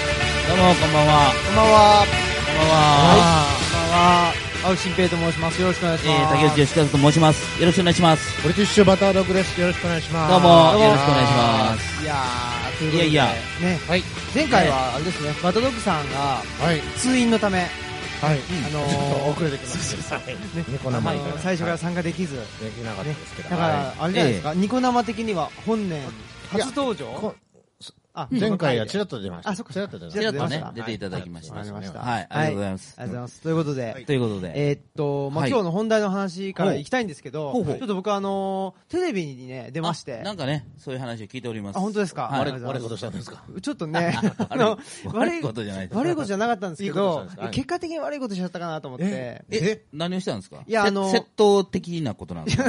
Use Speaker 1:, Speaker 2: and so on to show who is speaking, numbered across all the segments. Speaker 1: もこんばんは。こんばんは。
Speaker 2: こんばんは。こんばんは。青木新平と申します。よろしくお願いし
Speaker 1: え
Speaker 2: ま
Speaker 1: ー、
Speaker 2: す。
Speaker 1: 竹内義和と申します。よろしくお願いします。
Speaker 3: ブリティッシュバタードッグです。よろしくお願いします。
Speaker 1: どうも、よろしくお願いし
Speaker 3: は
Speaker 1: ます。
Speaker 2: いやー、ということで、
Speaker 1: いやいや
Speaker 2: ね、
Speaker 3: い。
Speaker 2: 前回はあれですね、バタドッグさんが
Speaker 3: はい。
Speaker 2: 通院のため、
Speaker 3: はい。
Speaker 2: あの
Speaker 3: ちょっ と
Speaker 2: ー、
Speaker 3: 遅れてきました。はい。ニコ
Speaker 2: あ
Speaker 3: 生みたい
Speaker 2: の
Speaker 3: な
Speaker 2: 最初から
Speaker 3: はい
Speaker 2: 参加できず、ね、
Speaker 3: できなかったですけ
Speaker 2: だ
Speaker 3: ど。
Speaker 2: か
Speaker 3: は
Speaker 2: ら、あれじゃないですか、ニコ生的には本年初登
Speaker 3: い
Speaker 2: 場
Speaker 3: こ
Speaker 2: あ
Speaker 3: 前回は
Speaker 2: ち
Speaker 3: チ
Speaker 2: ら
Speaker 3: ラ
Speaker 2: っ
Speaker 3: ッと出ました。
Speaker 2: あそっか
Speaker 3: チラッと出まし
Speaker 1: ち
Speaker 2: チ
Speaker 3: た
Speaker 1: ら
Speaker 2: ラ
Speaker 1: っと
Speaker 2: ッと
Speaker 1: ね
Speaker 2: は、い
Speaker 1: 出ていただきました。
Speaker 3: はい
Speaker 1: は
Speaker 3: はいい、
Speaker 1: ありがとうございます
Speaker 2: あ。りがとうございます。ということで、
Speaker 1: ということで、
Speaker 2: えーっと、ま
Speaker 1: は
Speaker 2: あ、
Speaker 1: い
Speaker 2: 今日の本題の話からいきたいんですけど、
Speaker 1: ほうほう
Speaker 2: ちょっと僕はあのー、テレビにね、出まして
Speaker 1: あ、なんかね、そういう話を聞いております。
Speaker 2: あ本当ですか
Speaker 1: はい
Speaker 2: ありがとうございます
Speaker 3: 悪いことしたんですか
Speaker 2: ちょっとね、あの、
Speaker 1: 悪いことじゃないです
Speaker 2: 悪いことじゃなかったんですけ
Speaker 3: いいことした
Speaker 2: ど
Speaker 3: んですかは、い
Speaker 2: 結果的に悪いことしちゃったかなと思って、
Speaker 1: え、何をしたんですか
Speaker 2: いやあの
Speaker 1: せ窃盗的なことなんですか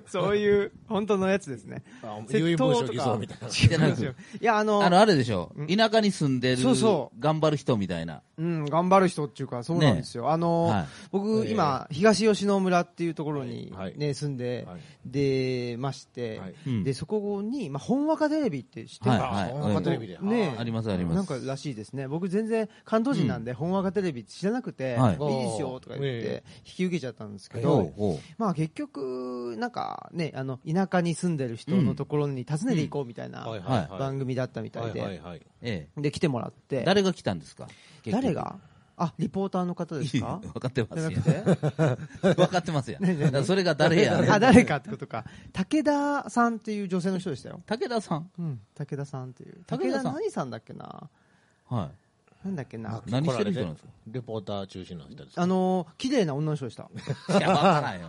Speaker 2: そういう、本当のやつですね。
Speaker 3: あ
Speaker 2: 窃
Speaker 3: 遺文
Speaker 2: 盗
Speaker 3: 書
Speaker 2: と
Speaker 3: 偽造
Speaker 2: か
Speaker 3: みたいな。
Speaker 1: じゃなく
Speaker 2: いや、あの、
Speaker 1: あの、あれでしょ。田舎に住んでる
Speaker 2: そうそ、
Speaker 1: 頑張る人みたいな。
Speaker 2: うん、頑張る人っていうか、そうなんですよ。あの、
Speaker 1: はい
Speaker 2: 僕、
Speaker 3: ええ
Speaker 2: 今、東吉野村っていうところに、ね
Speaker 3: はい
Speaker 2: 住んで、
Speaker 3: はい
Speaker 2: で、まして、
Speaker 3: はい
Speaker 1: うん
Speaker 2: で、そこに、まあ、本若テレビって知ってる、
Speaker 1: はい
Speaker 3: あ、
Speaker 1: はい
Speaker 3: ほんまテレビで。
Speaker 2: ね
Speaker 1: ありますあります
Speaker 2: なんからしいですね。僕全然関東人なんで、本若テレビ知らなくて、
Speaker 1: はい
Speaker 2: い、いですよとか言っ
Speaker 3: え
Speaker 2: て、引き受けちゃったんですけ
Speaker 3: は
Speaker 2: ど、
Speaker 3: い
Speaker 1: ほ
Speaker 2: まあ結局、なんかね、あの、田舎に住んでる人のところに訪ねていこうみたいな
Speaker 3: はい
Speaker 1: はい
Speaker 3: はい。
Speaker 2: 番組だったみたい
Speaker 3: はいはい
Speaker 2: で、
Speaker 3: はい。
Speaker 1: え
Speaker 2: で、来てもらっ
Speaker 1: え。
Speaker 2: て、
Speaker 1: 誰が来たんですか結局
Speaker 2: 誰があ、リポーターの方ですか
Speaker 1: 分かってま
Speaker 2: じゃ
Speaker 1: す
Speaker 2: な
Speaker 1: よ
Speaker 2: く。て
Speaker 1: 分かってますよ。だからそれが誰や ね
Speaker 2: あ、誰かってことか。武田さんっていう女性の人でしたよ。
Speaker 1: 武田さん。
Speaker 2: うん、武田さんっていう。
Speaker 1: 武
Speaker 2: 武
Speaker 1: 田さ
Speaker 2: 田
Speaker 1: ん
Speaker 2: 何さんだっけな
Speaker 1: は。。
Speaker 2: なんだっけない
Speaker 1: 何してる人なんですか
Speaker 3: レポーター中心の人です。
Speaker 2: あのー、綺麗な女の人でした。
Speaker 1: い や、わからんよ。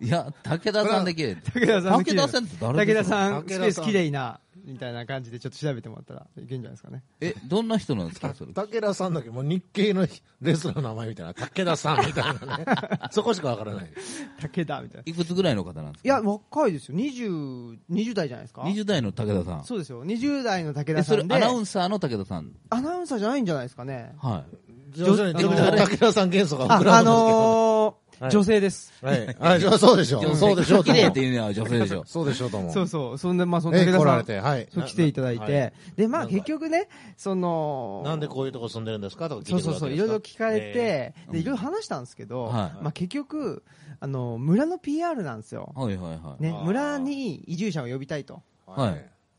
Speaker 1: いや、武田さんで綺麗。
Speaker 2: 武田さん
Speaker 1: 武田さんって誰
Speaker 2: 武
Speaker 1: です
Speaker 2: 田
Speaker 1: か
Speaker 2: さん、ス
Speaker 3: 武田
Speaker 2: ペ
Speaker 3: さん
Speaker 2: ース綺麗な、みたいな感じでちょっと調べてもらったらいけんじゃないですかね。
Speaker 1: え、どんな人なんですかそれ。
Speaker 3: 武田さんだけど、もう日系のレスラーの名前みたいな、武田さんみたいなね。そこしかわからないです。
Speaker 2: 武田みたいな。
Speaker 1: いくつぐらいの方なんですか
Speaker 2: いや、若いですよ。20、20代じゃないですか
Speaker 1: 20代の武田さん。
Speaker 2: そうですよ。20代の武
Speaker 1: え、
Speaker 2: 田さ
Speaker 1: それ
Speaker 2: んで、
Speaker 1: アナウンサーの武田さん。
Speaker 2: アナウンサーじゃないんじゃないですかね。
Speaker 1: はい。
Speaker 3: 徐々に徐々に武田さん元素が
Speaker 2: あ、
Speaker 3: 膨ら
Speaker 2: あ
Speaker 3: むんですけど。
Speaker 2: のー、
Speaker 3: はい
Speaker 2: 女性です。
Speaker 3: はい。 あ、じゃあそうでしょう。そうでしょう
Speaker 1: 綺
Speaker 3: と思う。
Speaker 1: 麗っていうのは女性でしょ。
Speaker 3: そうでしょうと思う。
Speaker 2: そうそう。そんで、まあ、その
Speaker 3: え
Speaker 2: 武
Speaker 3: え
Speaker 2: 田
Speaker 3: 来ら
Speaker 2: さ
Speaker 3: れ
Speaker 2: ん、
Speaker 3: て、はい。
Speaker 2: そう来ていただい
Speaker 3: ななは
Speaker 2: て、で、まあ、
Speaker 3: なんか
Speaker 2: 結局ね、その、
Speaker 3: なんでこういうとこ住んでるんですかとか聞いて
Speaker 2: そうそうそう、いろいろ聞かれて、
Speaker 1: え
Speaker 2: で、いろいろ話したんですけど、
Speaker 1: はい
Speaker 2: まあ、結局、あの、村の PR なんですよ。
Speaker 1: はいはいはい。
Speaker 2: ね
Speaker 3: あ、ー
Speaker 2: 村に移住者を呼びたいと
Speaker 1: は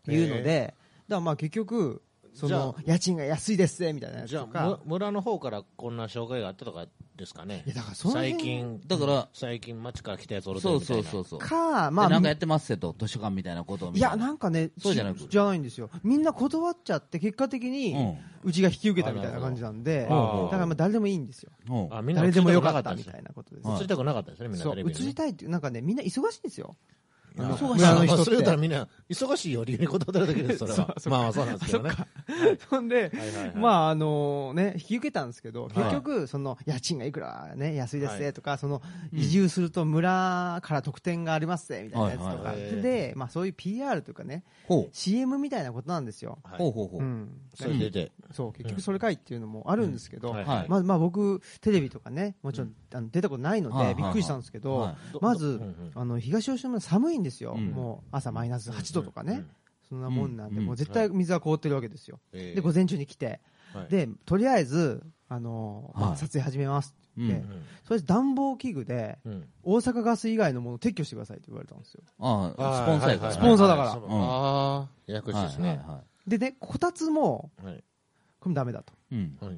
Speaker 1: い
Speaker 2: いうので、だからまあ結局、その、家賃が安いですぜ、みたいなや
Speaker 3: じ
Speaker 2: つ
Speaker 3: ゃあ
Speaker 2: と
Speaker 3: む
Speaker 2: か。
Speaker 3: 村の方からこんな障害があったとかですかね
Speaker 2: いや、だからその辺
Speaker 3: 最近
Speaker 1: だから
Speaker 3: 最近町から来たやつおる
Speaker 1: そう
Speaker 3: みた
Speaker 1: そ
Speaker 3: いうな
Speaker 1: そうそう。
Speaker 2: か、ま
Speaker 1: ま
Speaker 2: あ、
Speaker 1: あ、なんかやってますせと、図書館みたいなことを
Speaker 2: い
Speaker 1: みた
Speaker 2: や、
Speaker 1: な。
Speaker 2: なんかね、
Speaker 1: そうじゃなく
Speaker 2: しじゃないんですよ。みんな断っちゃって、結果的に、うちが引き受けたみたいな感じなんで、だ
Speaker 3: あなるほど
Speaker 2: からまあ誰でもいいんですよ。
Speaker 1: うん。うん。
Speaker 3: あみんな
Speaker 2: 誰でもよかったみ
Speaker 3: 映
Speaker 2: たいなことです
Speaker 1: は。い
Speaker 3: りたくなかったですねみんな
Speaker 2: そ
Speaker 3: テ
Speaker 2: う、
Speaker 3: レ
Speaker 2: 映
Speaker 3: ビでね
Speaker 2: りたいっていう、なんかね、みんな忙しいんですよ。
Speaker 3: いや
Speaker 2: 忙しい
Speaker 3: まあ
Speaker 2: 人って
Speaker 3: それ言うたらみんな忙しいよ理由に断るだけですそれはまあそうなんですけどね
Speaker 2: ほんで、
Speaker 3: はいはいはい
Speaker 2: まあ、あのね、引き受けたんですけど、結局、その、家賃がいくらね、安いです
Speaker 3: は
Speaker 2: ね、
Speaker 3: い
Speaker 2: とか、その、移住すると村から特典がありますね、みたいなやつと
Speaker 1: は
Speaker 2: か。
Speaker 3: いはいはい
Speaker 2: で、まあ、そういう PR というかね、
Speaker 1: ほう。
Speaker 2: CM みたいなことなんですよ。
Speaker 3: はい
Speaker 1: ほうほうほ
Speaker 2: う
Speaker 1: う。
Speaker 2: ん。
Speaker 3: それでて
Speaker 2: そう、結局それかいっていうのもあるんですけど、
Speaker 3: はい
Speaker 1: はい
Speaker 2: まあ、まあ、僕、テレビとかね、もちろん、あの出たことないの
Speaker 1: はいはい
Speaker 2: で、びっくりしたんですけど、
Speaker 1: はい
Speaker 3: ど
Speaker 2: ま
Speaker 3: ど
Speaker 2: ず
Speaker 3: うんうん、
Speaker 2: あの、東吉野村寒いんですよ。
Speaker 1: うん
Speaker 2: もう、朝マイナス8度とか
Speaker 3: うんう
Speaker 2: ね
Speaker 3: ん。
Speaker 2: そんなもんなんで、
Speaker 1: うん
Speaker 2: もう絶対水は凍ってるわけですよ。
Speaker 3: ええ
Speaker 2: で、午前中に来て、
Speaker 3: はい
Speaker 2: で、とりあえず、あのー、まあ
Speaker 1: はい
Speaker 2: 撮影始めますって言って、
Speaker 1: う
Speaker 3: うん
Speaker 2: それで暖房器具で、
Speaker 3: うん
Speaker 2: 大阪ガス以外のものを撤去してくださいって言われたんですよ。
Speaker 1: ああ、スポンサーやから。
Speaker 2: スポンサーだから
Speaker 3: はいはい
Speaker 1: うん
Speaker 3: ああややこしいで
Speaker 1: は
Speaker 3: す
Speaker 1: い
Speaker 3: ね
Speaker 1: はいは
Speaker 2: でね、こたつも、
Speaker 3: はい
Speaker 2: これもダメだと。
Speaker 1: い。うん。
Speaker 3: はい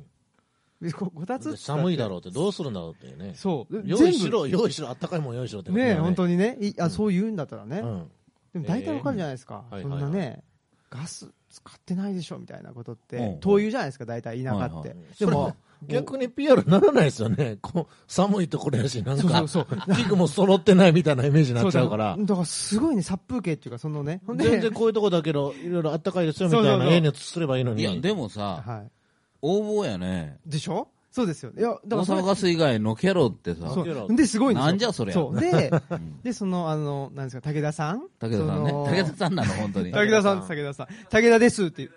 Speaker 2: でここたつっ
Speaker 3: で
Speaker 2: て
Speaker 3: 寒いだろうってどうするんだろうっていうね
Speaker 2: そう。
Speaker 3: 用意し
Speaker 2: 全部。
Speaker 3: ろ用意しろあったかいもん用意しろって
Speaker 2: ね本当
Speaker 3: に
Speaker 2: にね。いあ、そう言うんだったらね。
Speaker 3: うん
Speaker 2: でも大体わかるじゃないですか。
Speaker 3: ええ
Speaker 2: そんな
Speaker 3: はいは
Speaker 2: ね、ガス使ってないでしょみたいなことって、
Speaker 1: うん
Speaker 2: 灯油じゃないですか、大体田舎っ
Speaker 1: はい
Speaker 2: て。
Speaker 1: は
Speaker 2: でも、
Speaker 3: 逆に PR にならないですよね、こう寒いところやし、なん
Speaker 2: そうそ
Speaker 3: か
Speaker 2: うそう、
Speaker 3: 器具も揃ってないみたいなイメージになっちゃうから
Speaker 2: そ、だからすごいね、殺風景っていうか、そのね、ほんで
Speaker 3: 全然こういうとこだけど、いろいろあったかいですよみたい
Speaker 2: そうそ
Speaker 3: な、
Speaker 2: うそう
Speaker 3: ええねすればいいの
Speaker 1: い
Speaker 3: に、
Speaker 1: や、でもさ、
Speaker 2: は
Speaker 1: 応募やね。
Speaker 2: い。でしょそうですよ。いや、だ
Speaker 1: 大
Speaker 2: からそれ
Speaker 1: 阪ガス以外のケロってさ、
Speaker 2: そ
Speaker 3: けど
Speaker 2: う。で、すごいですよ
Speaker 1: なんじゃそりゃ
Speaker 2: そう。で、 で、その、あの、なんですか、武田さん
Speaker 1: 武田さんね。
Speaker 2: その
Speaker 1: 武田さんなの、本当に。
Speaker 2: 武田さんです、武田さん。武田ですって。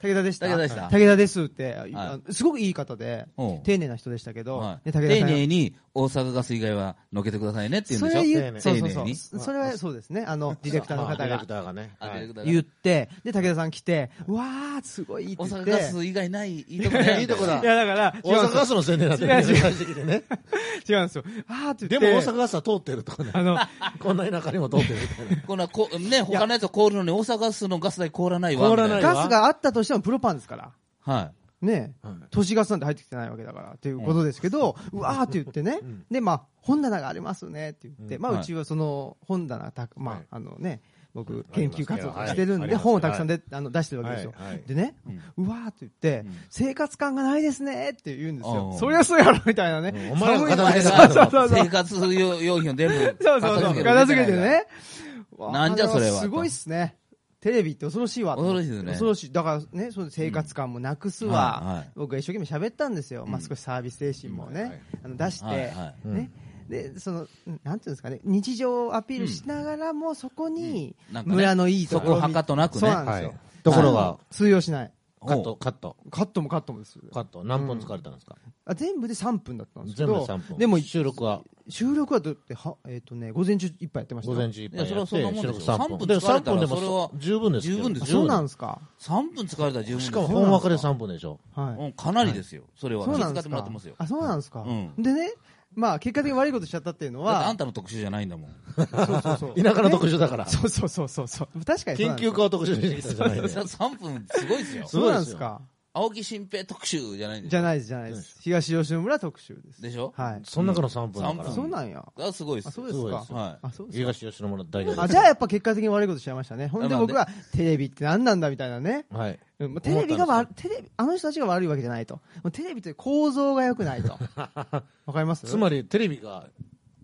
Speaker 2: 武田でした。
Speaker 1: 武田でした
Speaker 2: 武田ですって、
Speaker 1: は
Speaker 2: あすごくいい方で
Speaker 1: うん、
Speaker 2: 丁寧な人でしたけど、
Speaker 1: はい
Speaker 2: ね
Speaker 1: 丁
Speaker 2: 武田さん
Speaker 1: 寧に大阪ガス以外はのけてくださいねって言うんでしょ
Speaker 2: それ
Speaker 3: 丁
Speaker 2: 言
Speaker 3: 寧
Speaker 2: う
Speaker 3: に
Speaker 2: そうそう
Speaker 1: 丁寧に
Speaker 2: そう。それはそうですね。あの、ディレクターの
Speaker 3: まあ
Speaker 2: 方
Speaker 3: ディレ
Speaker 2: が
Speaker 3: クターがね。
Speaker 1: あ
Speaker 3: はい
Speaker 1: ディレクターが
Speaker 2: 言って、で、武田さん来て、わー、すごいって
Speaker 1: 大
Speaker 2: 言っ
Speaker 1: 阪
Speaker 2: て。
Speaker 1: ガス以外ないいいとこだよ
Speaker 3: いいとこだ
Speaker 2: いや、だから、違
Speaker 3: 大
Speaker 2: うん
Speaker 3: 阪
Speaker 2: で
Speaker 3: ガ
Speaker 2: す
Speaker 3: スの宣伝だって
Speaker 2: 違う違う
Speaker 3: てきてね。
Speaker 2: よ。違うんですよ。あーって言
Speaker 3: で
Speaker 2: って。
Speaker 3: も大阪ガスは通ってるとかね。
Speaker 2: あの、
Speaker 3: こんな田舎にも通ってるみたいな。
Speaker 1: こんなこね他のやつを凍るのに大阪ガスのガス代凍らないわ
Speaker 3: 凍らないわ
Speaker 1: み
Speaker 2: ガスがあったとしてもプロパンですから。
Speaker 1: たいなはい
Speaker 2: ねえ、
Speaker 3: はい
Speaker 2: 都市ガスなんて入ってきてないわけだからっていうことですけど、うわーって言ってね、で、まあ、本棚がありますねって言って、
Speaker 3: うん
Speaker 2: まあ、
Speaker 1: はいう
Speaker 2: ちはその本棚た、まあ、
Speaker 3: はい
Speaker 2: あのね、僕、
Speaker 3: あ
Speaker 2: 研
Speaker 3: りますけ
Speaker 2: 究
Speaker 3: ど
Speaker 2: 活動してるん
Speaker 3: はい
Speaker 2: で、
Speaker 3: あります
Speaker 2: 本をたくさんで、あの出してるわけですよ。
Speaker 3: はいはい
Speaker 2: でね、うわーって言って、
Speaker 1: うん
Speaker 2: 生活感がないですねって言うんですよ。
Speaker 1: うん
Speaker 2: そりゃそうやろみたいな
Speaker 3: う
Speaker 2: ね。
Speaker 3: んお前らが片付け
Speaker 1: た
Speaker 2: そうそうそうそう
Speaker 1: 生。活用用品を全部
Speaker 2: そうそうそう。片付けてね。わ あ
Speaker 1: なんじゃそれは
Speaker 2: すごいっすね。テレビって恐ろしいわと思って。
Speaker 1: 恐ろしいですね
Speaker 2: 恐ろしい。だからね、その生活感もなくす
Speaker 1: うんはいは
Speaker 2: わ
Speaker 1: い。
Speaker 2: 僕が一生懸命喋ったんですよ。まあ
Speaker 1: うん
Speaker 2: 少しサービス精神も
Speaker 3: うんはい
Speaker 2: ね、あの出し
Speaker 1: はい
Speaker 2: て
Speaker 1: は、
Speaker 3: い
Speaker 2: ね。で、その、うんなんていうんですかね、日常をアピールしながらも、そこに
Speaker 1: うんなん、かね
Speaker 2: 村のいいところ
Speaker 1: そこはかとなくね
Speaker 2: そうなんですよ。
Speaker 3: ところが、
Speaker 2: 通用しない。
Speaker 3: カット、カット、
Speaker 2: カットもカットもです。
Speaker 3: カット。何分疲れたんですか
Speaker 2: あ全部で3分だったんですけ
Speaker 3: 全部
Speaker 2: ど、
Speaker 3: 3分。
Speaker 2: でも
Speaker 3: 収録は
Speaker 2: 収録はだって、はえっとね、午前中いっぱいやってました
Speaker 3: 午
Speaker 2: よ。
Speaker 3: 前中いっぱいやって
Speaker 1: いやそれはそんなもんでしょ
Speaker 3: 収録
Speaker 1: 3分
Speaker 3: でも
Speaker 1: 疲れ
Speaker 3: 3
Speaker 1: たら
Speaker 3: 分でも
Speaker 1: それは
Speaker 3: 十分ですよ。
Speaker 1: 十分です
Speaker 2: あ
Speaker 1: よ
Speaker 2: そうなんですか。
Speaker 1: 3分使われたら十分
Speaker 3: しかも
Speaker 2: そう
Speaker 3: 本
Speaker 2: なんです
Speaker 3: 枠
Speaker 2: か
Speaker 3: で3分でしょ。
Speaker 2: はい。
Speaker 1: うんかなりですよそれは
Speaker 2: そうな
Speaker 1: 気遣
Speaker 2: んで
Speaker 1: っ
Speaker 2: す
Speaker 1: てもらっ
Speaker 2: か
Speaker 1: てますよ。
Speaker 2: あ、そうなんですか。
Speaker 1: うん
Speaker 2: でね、まあ、結果的に悪いことしちゃったっていうの
Speaker 1: だってあ
Speaker 2: は
Speaker 1: ん、たの特集じゃないんだもん
Speaker 2: そうそうそう。
Speaker 3: 田舎の特
Speaker 2: ね
Speaker 3: 殊だから。
Speaker 2: そうそうそうそうそう。確 かにそうなんです
Speaker 3: 緊急
Speaker 2: よ。
Speaker 3: 化を特殊にしてきたじゃない ですか。
Speaker 1: 3分すごいですよ
Speaker 3: す
Speaker 2: そうなんですか。
Speaker 1: 青木新平特集じゃないんで
Speaker 2: じゃないです、じゃないです。東吉野村特集です。
Speaker 1: でしょ
Speaker 2: はい。
Speaker 3: その中の3分だ
Speaker 1: 三
Speaker 3: から
Speaker 1: 分。
Speaker 2: そうなんや。
Speaker 1: あすごいで
Speaker 2: あ、
Speaker 1: す
Speaker 2: そ
Speaker 1: よ
Speaker 2: うです
Speaker 3: すごい
Speaker 2: か
Speaker 3: です。
Speaker 1: はい
Speaker 2: あ、そうですか。
Speaker 3: 東吉野村代表
Speaker 2: あ、じゃあやっぱ結果的に悪いことしちゃいましたね。ほんで
Speaker 1: なんで
Speaker 2: 僕は、テレビって何なんだみたいなね。
Speaker 3: あ、はい。
Speaker 2: うんまあテレビが
Speaker 3: 思っ
Speaker 2: 悪、テレビ、あの人たちが悪いわけじゃないと。もうテレビという構造が良くないと。わかります
Speaker 3: つまり、テレビが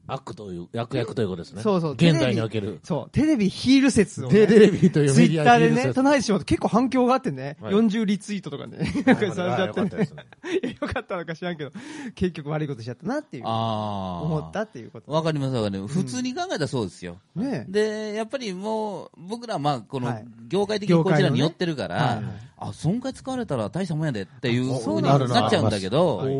Speaker 3: 悪という、悪役ということですね。
Speaker 2: そうそう
Speaker 3: 現代における。
Speaker 2: そう、テレビヒール説をね、
Speaker 3: テレビという
Speaker 2: ツ
Speaker 3: メ
Speaker 2: イ
Speaker 3: ディ
Speaker 2: ッ
Speaker 3: ア
Speaker 2: ターで
Speaker 3: 技術
Speaker 2: ね、
Speaker 3: です
Speaker 2: 唱えてしまうと結構反響があってね、
Speaker 3: はい
Speaker 2: 40リツイートとかね、なんかされちゃってね
Speaker 3: あよかったですね
Speaker 2: いや よかったのか知らんけど、結局悪いことしちゃったなっていう、
Speaker 1: ああ
Speaker 2: 思ったっていうこと。
Speaker 1: わかりますわかります普通に考えたらそうですよ
Speaker 2: ねえ
Speaker 1: でやっぱりもう僕らはまあこの
Speaker 2: はい
Speaker 1: 業界的にこちらに寄ってるか
Speaker 2: 業界
Speaker 1: ら
Speaker 2: のねはい
Speaker 1: あ損害使われたら大したもんやでっていう
Speaker 3: あ
Speaker 1: ふ
Speaker 3: そうう
Speaker 1: に
Speaker 3: なるな
Speaker 1: なっちゃうんだけど
Speaker 3: はい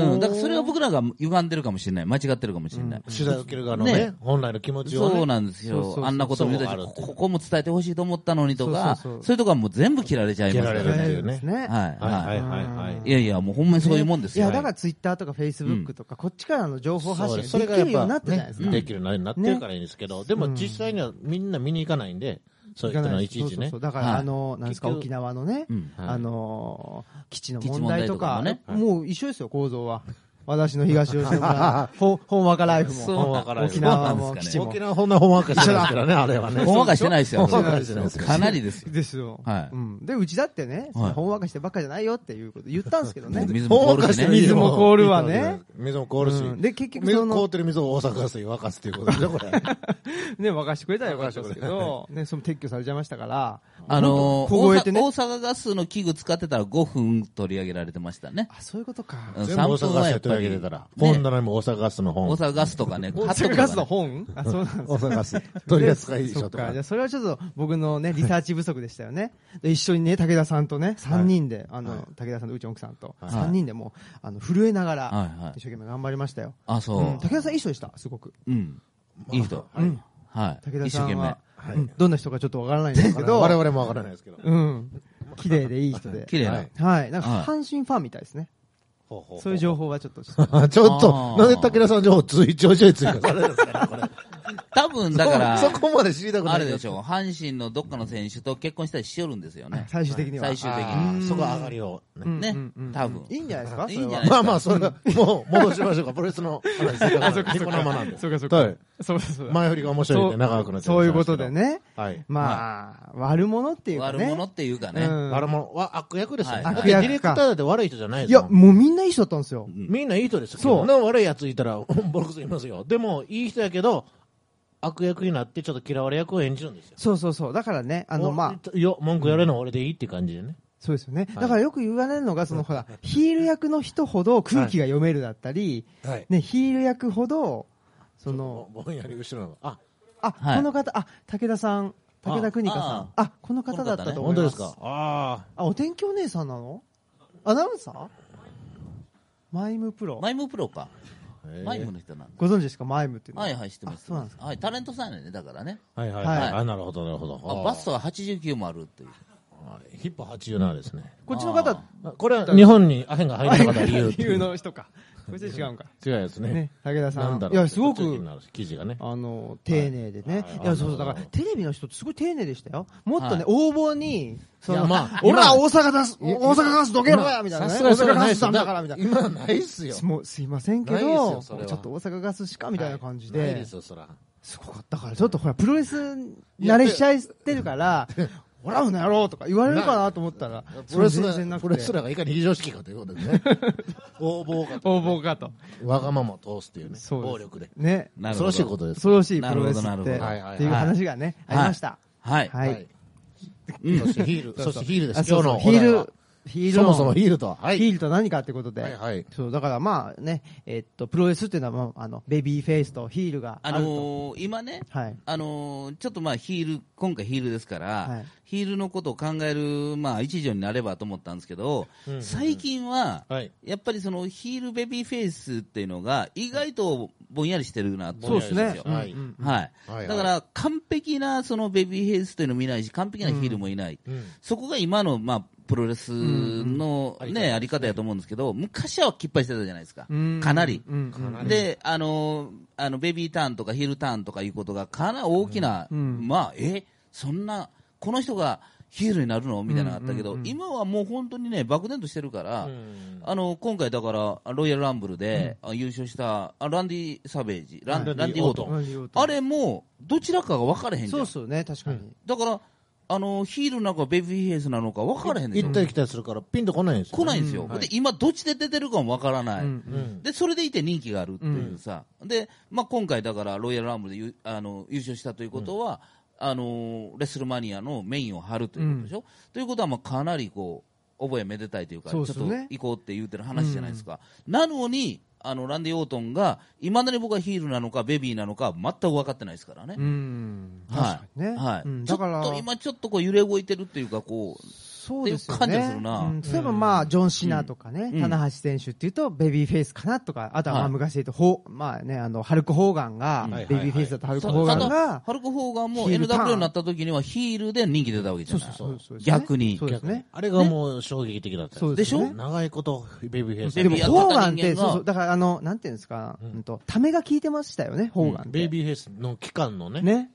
Speaker 1: うん、だからそれが
Speaker 2: は
Speaker 1: 僕らが歪んでるかもしれない、間違ってるかもしれない。
Speaker 3: 取材を受ける側の
Speaker 1: ね
Speaker 3: ね、本来の気持ちをね。
Speaker 1: そうなんですよ、
Speaker 2: そうそうそう
Speaker 1: あんなことも言うた
Speaker 3: そ
Speaker 1: し、
Speaker 3: うあ
Speaker 1: こ
Speaker 3: る
Speaker 1: ここも伝えてほしいと思ったのにとか、
Speaker 2: そうそうそう
Speaker 1: そういうとこはもう全部切られちゃいますか
Speaker 3: 切
Speaker 1: ら
Speaker 3: られ
Speaker 1: ね。
Speaker 3: る
Speaker 2: です
Speaker 1: は
Speaker 2: ね
Speaker 1: い、。は、
Speaker 3: はいいはいはいはい
Speaker 1: い。やいや、もうほんまにそういうもんですよ。
Speaker 2: いや、だからツイッターとかフェイスブックとか、こっちからの情報発
Speaker 3: そ
Speaker 2: 信
Speaker 3: うですそれ
Speaker 2: がで
Speaker 3: がや
Speaker 2: き
Speaker 3: っ
Speaker 2: るようにな
Speaker 3: ぱ
Speaker 2: ったじゃないですか。
Speaker 3: ねできるようになってるからいいんですけど、でも実際にはみんな見に行かないんで、そういうのはいちいち
Speaker 2: そうそう
Speaker 3: ね
Speaker 2: そう。だか
Speaker 1: はい
Speaker 2: ら、あの、なんですか、
Speaker 3: 結局
Speaker 2: 沖縄のね
Speaker 1: うん、
Speaker 3: はい
Speaker 2: あの、基地の
Speaker 1: 基地
Speaker 2: 問
Speaker 1: 問題
Speaker 2: 題
Speaker 1: と
Speaker 2: と
Speaker 1: か
Speaker 2: か
Speaker 1: もね、
Speaker 2: もう一緒ですよ、構造は。私の東吉野村、ほん本若ライフ
Speaker 1: そう
Speaker 2: も。
Speaker 3: 本話から
Speaker 2: 沖縄も基
Speaker 1: そう
Speaker 2: 地も
Speaker 3: 沖。縄ほんな本話してないですからね、あれはね。
Speaker 1: ほんわかしてないですよ、
Speaker 3: ほんわかしてないですよ
Speaker 1: かなりですよ。
Speaker 2: ですよ。
Speaker 1: はい
Speaker 2: うん。で、うちだってね、
Speaker 1: はい
Speaker 2: ほんわかしてばっかじゃないよっていうこと言ったんですけどね。
Speaker 1: 水
Speaker 3: ほ
Speaker 1: も
Speaker 3: ん
Speaker 1: 凍
Speaker 3: わ
Speaker 1: る
Speaker 3: か
Speaker 1: し
Speaker 3: して
Speaker 1: ね。
Speaker 2: 水も凍るわね。
Speaker 3: 水も凍るし
Speaker 2: う。んで結局
Speaker 3: 水
Speaker 2: その
Speaker 3: 凍ってる水を大阪ガスに沸かすっていうことでしょ、これ。
Speaker 2: ね、沸かしてくれたらよかったですけど、ね、その撤去されちゃいましたから、
Speaker 1: あのー
Speaker 2: 凍
Speaker 1: 大
Speaker 2: えて
Speaker 1: 阪
Speaker 2: ね
Speaker 1: 大阪ガスの器具使ってたら5分取り上げられてましたね。
Speaker 2: あ、そういうことか。
Speaker 1: うん
Speaker 3: 全部大阪ガスやってるわけでたら、本
Speaker 1: ね
Speaker 3: 棚にも大阪ガスの
Speaker 1: 大
Speaker 3: 本。
Speaker 1: 阪ガスとかね、
Speaker 2: 大
Speaker 1: 買っとくとか
Speaker 2: 阪
Speaker 1: ね
Speaker 2: ガスの本あ、そうなんです
Speaker 3: 大
Speaker 2: よ。
Speaker 3: 阪ガス。取り扱い
Speaker 2: そ
Speaker 3: 所
Speaker 2: っ
Speaker 3: と
Speaker 2: か。
Speaker 3: か
Speaker 2: じゃ。あそれはちょっと僕のね、リサーチ不足でしたよね。で一緒にね、武田さんとね、3人で、あ
Speaker 3: はい
Speaker 2: の、武田さんとうちの奥さんと、
Speaker 3: はい
Speaker 2: 3人でもう、あの、震えなが
Speaker 1: はい
Speaker 2: ら
Speaker 1: はい、
Speaker 2: 一生懸命頑張りましたよ。
Speaker 1: あ、そううん
Speaker 2: 武。田さん一緒でした、すごく。
Speaker 1: うん。いい人。
Speaker 3: はい
Speaker 1: はい。
Speaker 2: 武田
Speaker 1: 一生
Speaker 2: さん
Speaker 1: 懸命
Speaker 2: は。、うんどんな人かちょっとわからないんですけど、
Speaker 3: 我々もわからないですけど。
Speaker 2: うん。綺麗でい い人で。
Speaker 1: 綺麗な。
Speaker 3: はい
Speaker 2: はい。なんか、
Speaker 1: はい
Speaker 2: 阪神ファンみたいですね。
Speaker 3: ほうほう
Speaker 2: そういう情報はちょっと。
Speaker 3: あ ちょっ
Speaker 1: あ
Speaker 3: と、
Speaker 1: ー
Speaker 3: なんで武田さんの情報追、ちょいちょい追加されるんですかね、これ。
Speaker 1: 多分だ から、
Speaker 3: そこそこまで知りたくない。
Speaker 1: あれでしょう、阪神のどっかの選手と結婚したりしよるんですよね。
Speaker 2: 最終的には。
Speaker 1: 最終的
Speaker 3: あ
Speaker 1: に。
Speaker 3: ーそこは上がりをね。
Speaker 1: ね
Speaker 2: うんうんうん
Speaker 1: 多分
Speaker 2: いいんじゃないですか
Speaker 1: いいんじゃない
Speaker 3: まあまあ、それは、もう、戻しましょうか。プロレスの 話ですから。
Speaker 2: それは
Speaker 3: ニコ生なんで。
Speaker 2: そうか、そうか。
Speaker 3: はい
Speaker 2: そうだそう だ。
Speaker 3: 前振りが面白いんで長くなっちゃ
Speaker 2: そ
Speaker 3: い
Speaker 2: う
Speaker 3: ましたけど
Speaker 2: いうことで。ね。
Speaker 3: はい。
Speaker 2: まあ、悪者っていうか
Speaker 1: 悪
Speaker 2: ね。
Speaker 1: 者っていうかね。
Speaker 2: うん
Speaker 3: 悪者は悪役ですよ。
Speaker 1: はい
Speaker 3: だって
Speaker 2: 悪役
Speaker 3: デ
Speaker 2: か
Speaker 3: ィレクターだって悪い人じゃない
Speaker 2: い
Speaker 3: です
Speaker 2: や、
Speaker 3: もん。
Speaker 2: もうみんないい人だったんですよ。
Speaker 3: みんないい人ですよ。
Speaker 2: そう
Speaker 3: そんな悪い奴いたら、ボロクソ言いますよ。でも、いい人やけど、悪役になってちょっと嫌われ役を演じるんですよ。
Speaker 2: そうそうそう。だからね、あの、まあ、
Speaker 3: あ。よ、文句言われるのは俺でいいって感じでね。
Speaker 2: そうですよね。
Speaker 3: い
Speaker 2: だからよく言われるのが、そのほら、ヒール役の人ほど空気が読めるだったり、
Speaker 3: はい。
Speaker 2: ね、ヒール役ほど、その、
Speaker 3: ぼんやり後ろの。あ、
Speaker 2: あ、
Speaker 1: はい
Speaker 2: この方、あ、武田さん、武田邦香さん。あ、この方だったと思
Speaker 3: 本
Speaker 2: い
Speaker 3: 当
Speaker 2: ま。
Speaker 3: ですすか。あ
Speaker 2: あ、お天気お姉さんなのアナウンサーマイムプロ。
Speaker 1: マイムプロか。
Speaker 3: あ。へえ
Speaker 1: マイムの人なんだ。
Speaker 2: ご存知ですかマイムっていうの
Speaker 1: はいはい、知ってま
Speaker 2: あ
Speaker 1: す。
Speaker 2: そうなんですか。
Speaker 1: はい、タレントさんやね、だからね。
Speaker 3: はいはい
Speaker 2: は
Speaker 3: はいい。あ、なるほど、なるほど。
Speaker 1: あバッサは89もあるっていう。
Speaker 3: はいヒップ87ですね。
Speaker 2: こっちの方、
Speaker 1: あ
Speaker 3: あこれは日本にアヘンが入ったから理由っ
Speaker 2: 理
Speaker 3: ていう
Speaker 2: 由の人か。こっち違うんか。
Speaker 3: 違うやつね
Speaker 2: ね。、武田さ
Speaker 3: なん
Speaker 2: ん。
Speaker 3: だ
Speaker 2: い
Speaker 3: ろう。
Speaker 2: や、すご
Speaker 3: ちょっと気に
Speaker 2: く、
Speaker 3: なる記事がね。
Speaker 2: あの、丁寧でね
Speaker 3: はい。
Speaker 2: いや、そうそう。
Speaker 3: あ
Speaker 2: だ
Speaker 3: の
Speaker 2: か
Speaker 3: ー
Speaker 2: ら、テレビの人ってすごい丁寧でしたよ。もっと
Speaker 1: は
Speaker 2: ね
Speaker 1: い、
Speaker 2: 応募に、その、
Speaker 3: いやま
Speaker 2: ま
Speaker 3: あ
Speaker 2: あ、俺ら
Speaker 3: 今
Speaker 2: 大阪出す、大阪ガスどけろやみたいな
Speaker 3: さ
Speaker 2: ね。
Speaker 3: す
Speaker 2: 大
Speaker 3: がに
Speaker 2: 阪ガスな
Speaker 3: それはないですよ
Speaker 2: んだから、みたいな。
Speaker 3: 今はないっすよ。
Speaker 2: もうすいませんけ
Speaker 3: ないです
Speaker 2: ど、
Speaker 3: よ
Speaker 2: ち
Speaker 3: そ
Speaker 2: ょ
Speaker 3: れは
Speaker 2: っと大阪ガスしかみたいな感じ
Speaker 3: ないで
Speaker 2: で、
Speaker 3: すよ、そら。
Speaker 2: すごかったから、ちょっとほら、プロレス慣れしちゃってるから、ほら、うなやろうとか言われるかなと思ったら、
Speaker 3: プロレス
Speaker 2: それ
Speaker 3: ラ
Speaker 2: 全然な
Speaker 3: ー、
Speaker 2: くて
Speaker 3: プロレスラーがいかに非常識かということで ね。横暴が、
Speaker 2: 応募かと。
Speaker 3: わがままを通すっていうね。
Speaker 2: そうです
Speaker 3: 暴力で。
Speaker 2: ね。
Speaker 1: なる
Speaker 3: 恐
Speaker 1: ほど
Speaker 3: ろしいことです。
Speaker 2: 恐ろしいプロレスっ
Speaker 1: なるほど
Speaker 2: て、
Speaker 3: なるほど
Speaker 2: っていう話がね、
Speaker 1: はい
Speaker 2: ありました。
Speaker 1: はい。
Speaker 2: はい。
Speaker 3: そしてヒール、そしてヒールで
Speaker 2: あ
Speaker 3: す。
Speaker 2: そうそ
Speaker 3: 今日
Speaker 2: う
Speaker 3: の
Speaker 2: ヒ
Speaker 3: お題
Speaker 2: ー
Speaker 3: は
Speaker 2: ル、ヒール
Speaker 3: そ
Speaker 2: の
Speaker 3: もそもヒールとは。はい。
Speaker 2: ヒールと何かってことで。
Speaker 3: はいはい
Speaker 2: そう、だからまあね、えっと、プロレスっていうのは、まあ、あの、ベビーフェイスとヒールがあ
Speaker 1: あ
Speaker 2: ると。
Speaker 1: のー今ね、
Speaker 2: はい。
Speaker 1: あのーちょっとまあヒール、今回ヒールですから、
Speaker 2: はい
Speaker 1: ヒールのことを考える、まあ、一助になればと思ったんですけど、最近は、
Speaker 3: はい
Speaker 1: やっぱりそのヒールベビーフェイスっていうのが、意外とぼんやりしてるなと
Speaker 3: そ
Speaker 1: 思
Speaker 3: う
Speaker 1: っ
Speaker 3: で
Speaker 1: て
Speaker 3: す
Speaker 1: んで
Speaker 3: ね
Speaker 1: すよ。
Speaker 2: うん
Speaker 3: はい
Speaker 2: うん
Speaker 1: はい
Speaker 3: はいはい
Speaker 1: だから完璧なそのベビーフェイスというのもいないし、完璧なヒールもいない、
Speaker 3: うん
Speaker 1: そこが今の、まあ、プロレスの、
Speaker 3: うんうん
Speaker 1: ねあり方やと思うんですけど、昔はきっぱりしてたじゃないですか、
Speaker 2: うん
Speaker 1: かなり。
Speaker 2: うんうん
Speaker 3: かなり
Speaker 1: で、あのーあのベビーターンとかヒールターンとかいうことが、かなり大きな、
Speaker 2: うん
Speaker 1: まあ、え、そんな、この人がヒールになるのみたいなのがあったけど、今はもう本当にね、漠然としてるから、
Speaker 3: うん
Speaker 1: あの今回、だからロイヤルランブルで、あ優勝したあランディ・サベージ、ラン,、
Speaker 3: はい
Speaker 1: ランディ・オートン、
Speaker 2: 同じようと
Speaker 1: あれもどちらかが分かれへんじ
Speaker 2: そ
Speaker 1: ゃ、
Speaker 2: うんそうね、確かに。
Speaker 1: だからあのヒールなのかベビーフェイスなのか分からへんでし
Speaker 3: 行
Speaker 1: ょ
Speaker 3: ったり来たりするから、ピンとこないんですよ。
Speaker 1: 来ないんですよ、
Speaker 3: はい
Speaker 1: で今、どっちで出てるかも分からない、
Speaker 2: うん
Speaker 3: うん。
Speaker 1: でそれでいて人気があるっていうさ、でまあ、今回、だからロイヤルランブルでゆあの優勝したということは、あのレスルマニアのメインを張るということでしょ。ということはまあかなりこう覚えめでたいというか
Speaker 2: そうっ
Speaker 1: ちょ
Speaker 2: す
Speaker 1: っ
Speaker 2: ね
Speaker 1: と行こうって言うてる話じゃないですか、なのにあのランディ・オートンがいまだに僕はヒールなのかベビーなのか全く分かってないですからね。
Speaker 2: うん。確
Speaker 1: は
Speaker 2: か
Speaker 1: い
Speaker 2: にね。
Speaker 1: はい
Speaker 2: うん
Speaker 1: ちょ
Speaker 2: だ
Speaker 1: っ
Speaker 2: から、
Speaker 1: と今ちょっとこう揺れ動いてるっていうかこう
Speaker 2: そうですよ
Speaker 1: っていう感じが
Speaker 2: ね。
Speaker 1: するな
Speaker 2: うん例えばまあ、ジョン・シナとかね、
Speaker 1: うん
Speaker 2: 棚橋選手っていうと、ベビーフェイスかなとか、あとはま
Speaker 1: は
Speaker 2: あ
Speaker 1: い
Speaker 2: 昔で言うと、ほうまあね、あの、ハルク・ホーガンが
Speaker 3: うん、
Speaker 2: ベビーフェイスだったハルク・ホーガ
Speaker 1: た
Speaker 2: ン
Speaker 1: だ
Speaker 2: が、
Speaker 1: ハルク・ホーガンも
Speaker 2: ヒールターン
Speaker 1: NW になった時にはヒールで人気出たわけじゃない
Speaker 2: そうそうそうそうですね
Speaker 1: 逆に
Speaker 2: そうですね。
Speaker 3: あれがもう衝撃的だった
Speaker 2: そう
Speaker 1: でしょ
Speaker 2: ね
Speaker 3: 長いこと、ベビーフェイス。
Speaker 1: ベ
Speaker 2: で
Speaker 1: ビ
Speaker 2: も、
Speaker 1: ー
Speaker 2: ホーガンっ
Speaker 1: やってた
Speaker 2: て、
Speaker 1: 人間が
Speaker 2: そうそう、だからあの、なんていうんですか、
Speaker 3: うん
Speaker 2: うんと、ためが効いてましたよね、ホーガンって。
Speaker 3: ベイビーフェイスの期間のね、
Speaker 2: ね。うん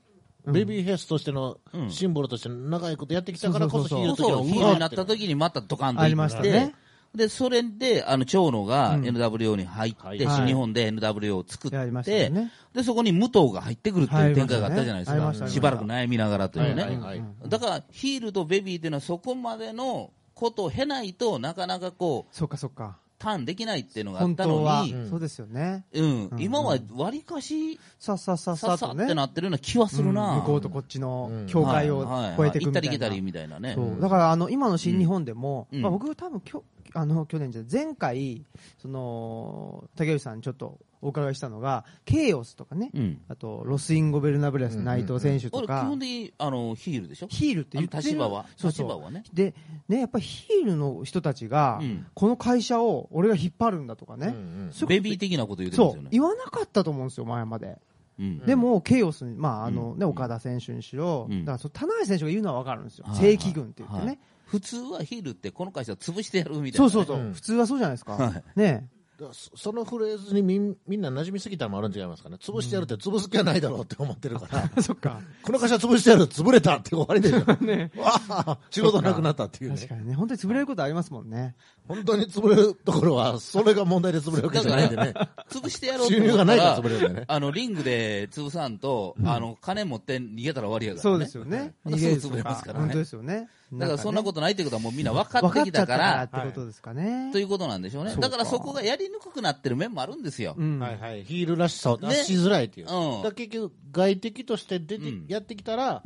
Speaker 3: ベイビーフェイスとしての
Speaker 1: うん
Speaker 3: シンボルとして長いことやってきたからこそヒ
Speaker 2: そう
Speaker 3: ー
Speaker 2: そ
Speaker 3: ル
Speaker 1: そうそ
Speaker 3: と
Speaker 1: う、ヒ
Speaker 3: ヒ
Speaker 1: ー
Speaker 3: ー
Speaker 1: ル
Speaker 3: ル
Speaker 1: になった時にまたドカンと行って
Speaker 2: ありましたね
Speaker 1: で、それで、あの、長野が
Speaker 2: うん
Speaker 1: NWO に入って、
Speaker 3: はい
Speaker 1: 新日本で NWO を作って、
Speaker 2: やりましたよね
Speaker 1: で、そこに武藤が入ってくるっていう展開があったじゃないです
Speaker 2: はいあり
Speaker 1: か。
Speaker 2: ましたね
Speaker 1: しばらく悩みながらというね。
Speaker 3: はいはいはい
Speaker 1: だから、ヒールとベビーっていうのはそこまでのことを経ないとなかなかこう、
Speaker 2: そっかそっか。
Speaker 1: ターンできないっていうのがあっ
Speaker 2: 本
Speaker 1: た
Speaker 2: 当は
Speaker 1: のに、、
Speaker 2: そうですよね。
Speaker 1: うん、今はわりかし、
Speaker 2: さあさあさ
Speaker 1: さ
Speaker 2: あさ
Speaker 1: っ
Speaker 2: あ
Speaker 1: さ
Speaker 2: と
Speaker 1: って
Speaker 2: ね。
Speaker 1: なってるような気はするな。
Speaker 2: 向こうとこっちの境界を
Speaker 1: はいはい
Speaker 2: 越えていくみた
Speaker 1: 行っ
Speaker 2: いな。
Speaker 1: たり来たりみたいなね。
Speaker 2: そうだからあの今の新日本でも、
Speaker 1: うん
Speaker 2: まあ、僕、多分きょあの去年じゃない前回その、竹内さんにちょっとお伺いしたのが、ケイオスとかね、
Speaker 1: うん
Speaker 2: あとロスインゴベルナブレス、内藤選手と
Speaker 1: 俺、基
Speaker 2: か、
Speaker 1: 本的に、あの、ヒールでしょ
Speaker 2: ヒールって言ってる
Speaker 1: あの立場は
Speaker 2: そうそう
Speaker 1: 立場はね
Speaker 2: でね、やっぱりヒールの人たちが、
Speaker 1: うん
Speaker 2: この会社を俺が引っ張るんだとかね、すごく
Speaker 1: ベビー的なこと言うてます
Speaker 2: そ
Speaker 1: よ
Speaker 2: う
Speaker 1: ね。
Speaker 2: 言わなかったと思うんですよ、前まで。
Speaker 1: うん
Speaker 2: でも、ケイオスに、まああのね岡田選手にしろ、
Speaker 1: うん
Speaker 2: だからその田中選手が言うのは分かるんですよ、
Speaker 1: はい
Speaker 2: 正規軍って言ってね。
Speaker 1: はい普通はヒールってこの会社を潰してやるみたいな、
Speaker 2: そう
Speaker 1: ね、
Speaker 2: そうそう、
Speaker 3: うん
Speaker 2: 普通はそうじゃないですか、
Speaker 1: はい
Speaker 2: ね
Speaker 3: だからそそのフレーズにみんみんな馴染みすぎたのもあるん違いますかね、潰してやるって潰す気はないだろうって思ってるから、
Speaker 2: えそっか、
Speaker 3: この会社潰してやる、潰れたって終わりで しょ、わあ仕事なくなったっていう
Speaker 2: 確
Speaker 3: ね、
Speaker 2: かにね、本当に潰れることありますもんね、
Speaker 3: 本当に潰れるところは、それが問題で潰れるわけじゃないんでね、
Speaker 1: 潰してやろうと
Speaker 3: 収
Speaker 1: 思
Speaker 3: 入
Speaker 1: ったら
Speaker 3: がないから潰れるんでね、
Speaker 1: あのリングで潰さんと、あの金持って逃げたら終わりやから、ね、
Speaker 2: そうですよね、
Speaker 1: また
Speaker 2: 逃げると
Speaker 1: すぐ潰れますからね
Speaker 2: 本当ですよね、
Speaker 1: だからそんなこととないってことはもうみんな分か
Speaker 2: 分
Speaker 1: って
Speaker 2: かっ
Speaker 1: き
Speaker 2: ちゃ
Speaker 1: た
Speaker 2: った
Speaker 1: か
Speaker 2: から
Speaker 1: ら
Speaker 2: っ。てことですかね
Speaker 1: とい、うことなんでしょうね
Speaker 2: そう
Speaker 1: だ
Speaker 2: か
Speaker 1: からそこがやりにくくなってる面もあるんですよ、
Speaker 2: うん
Speaker 3: はいはい、ヒールらしさを出しづらいっていう、
Speaker 1: ねうん
Speaker 3: だから結局、外敵として出て、
Speaker 1: うん
Speaker 3: やってきたら、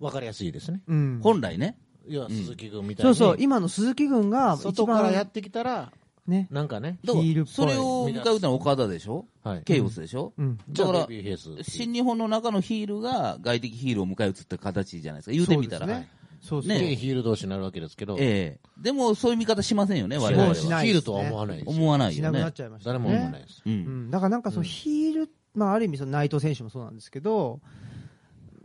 Speaker 3: 分かりやすいですね、
Speaker 2: うん
Speaker 1: 本来ね、
Speaker 3: 要は鈴木君みたい
Speaker 2: そ
Speaker 3: に、
Speaker 2: うそう、今の鈴木軍が一
Speaker 3: 外からやっ
Speaker 2: 番
Speaker 3: てきたら、
Speaker 2: ね。
Speaker 3: なんかね。
Speaker 1: だか
Speaker 2: ヒールっ
Speaker 1: ら
Speaker 2: ぽい
Speaker 1: それを迎え撃ったのは岡田でしょ、
Speaker 3: はい。
Speaker 1: ケイオスでしょ、
Speaker 2: うん。
Speaker 3: じゃあ
Speaker 1: だから
Speaker 3: ベビーフェイスっていう
Speaker 1: 新日本の中のヒールが外敵ヒールを迎え撃つって形じゃないですか、言うてみたら。
Speaker 2: そうですね。そうそう。
Speaker 1: ね
Speaker 3: でヒール同士になるわけですけど、
Speaker 1: ええでもそういう見方しませんよね、
Speaker 3: ヒ
Speaker 1: 我々
Speaker 2: も
Speaker 1: は
Speaker 2: うしない
Speaker 3: ールとは思わないですよ
Speaker 1: 思わない
Speaker 2: し
Speaker 1: よ
Speaker 2: なくな
Speaker 1: ね
Speaker 2: っ。ちゃいました、ね。
Speaker 3: 誰も思わないです。
Speaker 1: う
Speaker 2: うんん、だからなんかその
Speaker 3: うん
Speaker 2: ヒール、まあ、ある意味その内藤選手もそうなんですけど、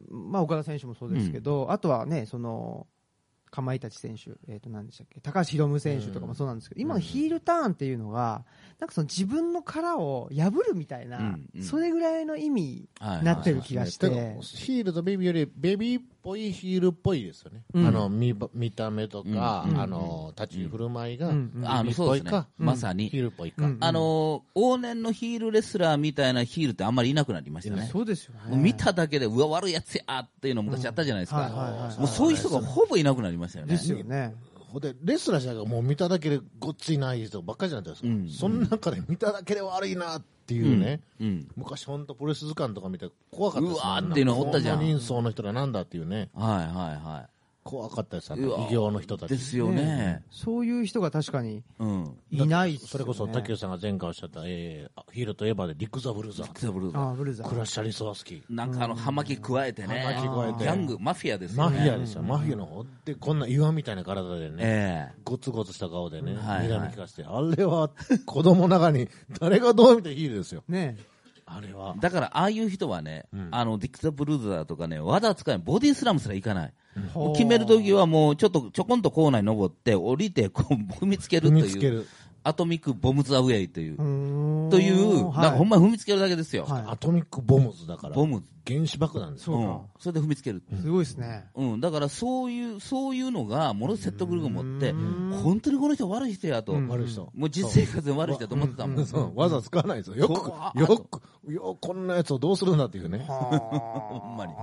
Speaker 2: まあ、岡田選手もそうですけど、あとはね、その、かまいたち選手、えー、と何でしたっけ高橋宏夢選手とかもそうなんですけど、今のヒールターンっていうのが、なんかその自分の殻を破るみたいな、
Speaker 1: うんうん
Speaker 2: それぐらいの意味
Speaker 1: はい
Speaker 2: なってる気がして、
Speaker 3: そうですねてかヒールとベビーよりベビーっぽいヒールっぽいですよね、
Speaker 2: うん
Speaker 3: あの見ば見た目とか、
Speaker 1: うん
Speaker 3: あの立ち居振る舞いが、
Speaker 2: うん
Speaker 1: あのそうですね、
Speaker 2: うん
Speaker 1: まさ
Speaker 3: ヒ
Speaker 1: に、
Speaker 3: ールっぽいか、
Speaker 2: うん
Speaker 1: あの往年のヒールレスラーみたいなヒールってあんまりいなくなりました
Speaker 2: いや
Speaker 1: ね、
Speaker 2: そうですよ
Speaker 1: もう
Speaker 2: ね。
Speaker 1: 見ただけで、うわ、悪いやつやっていうの昔あったじゃないです
Speaker 2: はいはい
Speaker 1: か、
Speaker 2: はいはい
Speaker 1: もうそういう人がほぼいなくなりましたよ
Speaker 2: で
Speaker 1: ね、
Speaker 2: すよね。
Speaker 3: ほんでレスラーじゃなくてもう見ただけでごっついない人ばっかりじゃないですか、
Speaker 1: うん
Speaker 3: その中で見ただけで悪いなっていうね、
Speaker 1: うん、
Speaker 3: 昔本当プロレス図鑑とか見て怖かったです
Speaker 1: うわーっていうのおったじゃん
Speaker 3: この人相の人らなんだっていうね
Speaker 1: はいは
Speaker 3: 怖かったですあ
Speaker 1: う
Speaker 3: の
Speaker 1: わー
Speaker 3: 異形の人
Speaker 1: いは
Speaker 3: た
Speaker 1: い、
Speaker 3: ち
Speaker 1: ですよね、
Speaker 2: そういう人が確かに
Speaker 1: うん、
Speaker 2: いないっすよね
Speaker 3: それこそ竹内さんが前回おっしゃった、えー、ヒールといえばでリック・ザ・ブルーザー
Speaker 1: ザブルーザ
Speaker 2: あブルザー
Speaker 3: クラッシャリ・ソワスキー
Speaker 1: なんかあの、葉巻加えてね、
Speaker 3: 葉巻加えて
Speaker 1: ギャング、マフィアですよ
Speaker 3: マフ
Speaker 1: ね。
Speaker 3: ィアですよ、マフィアのほでこんな岩みたいな体でね、
Speaker 1: え
Speaker 3: ごつごつした顔でね、
Speaker 1: はいはい
Speaker 3: 睨み利かして、あれは子供ながらに誰がどう見てヒールですよ、
Speaker 2: ね
Speaker 3: あれは
Speaker 1: え。だから、ああいう人はね、あの、ディック・ザ・ブルーザーとかね、わざ使い、ボディスラムすら行かない。もう決めるときはもう、ちょっと、ちょこんと校内登って、降りて、こう、踏みつける
Speaker 3: 踏
Speaker 1: と
Speaker 3: みつ
Speaker 1: い
Speaker 3: け
Speaker 1: う、
Speaker 3: る、
Speaker 1: アトミック・ボムズ・アウェイという、
Speaker 2: と
Speaker 1: という、なんかほんまに踏みつけるだけですよ。
Speaker 2: はい
Speaker 3: アトミック・ボムズだから、
Speaker 1: ボムズ
Speaker 3: 原子爆弾ですよ、
Speaker 2: そう
Speaker 1: う
Speaker 2: か
Speaker 1: ん。それで踏みつける。
Speaker 2: すごいですね。
Speaker 1: うん、だからそういう、そういうのが、もの説得力を持って、本当にこの人悪い人やと、
Speaker 2: うん
Speaker 1: も
Speaker 3: 悪い人。
Speaker 1: う実生活で悪い人だと思ってたもん。
Speaker 3: そうわざわざ使わないですよ、よ
Speaker 1: ここ
Speaker 3: く、よく、よくこんなやつをどうするんだっていうね、
Speaker 2: ほ
Speaker 1: ほんまに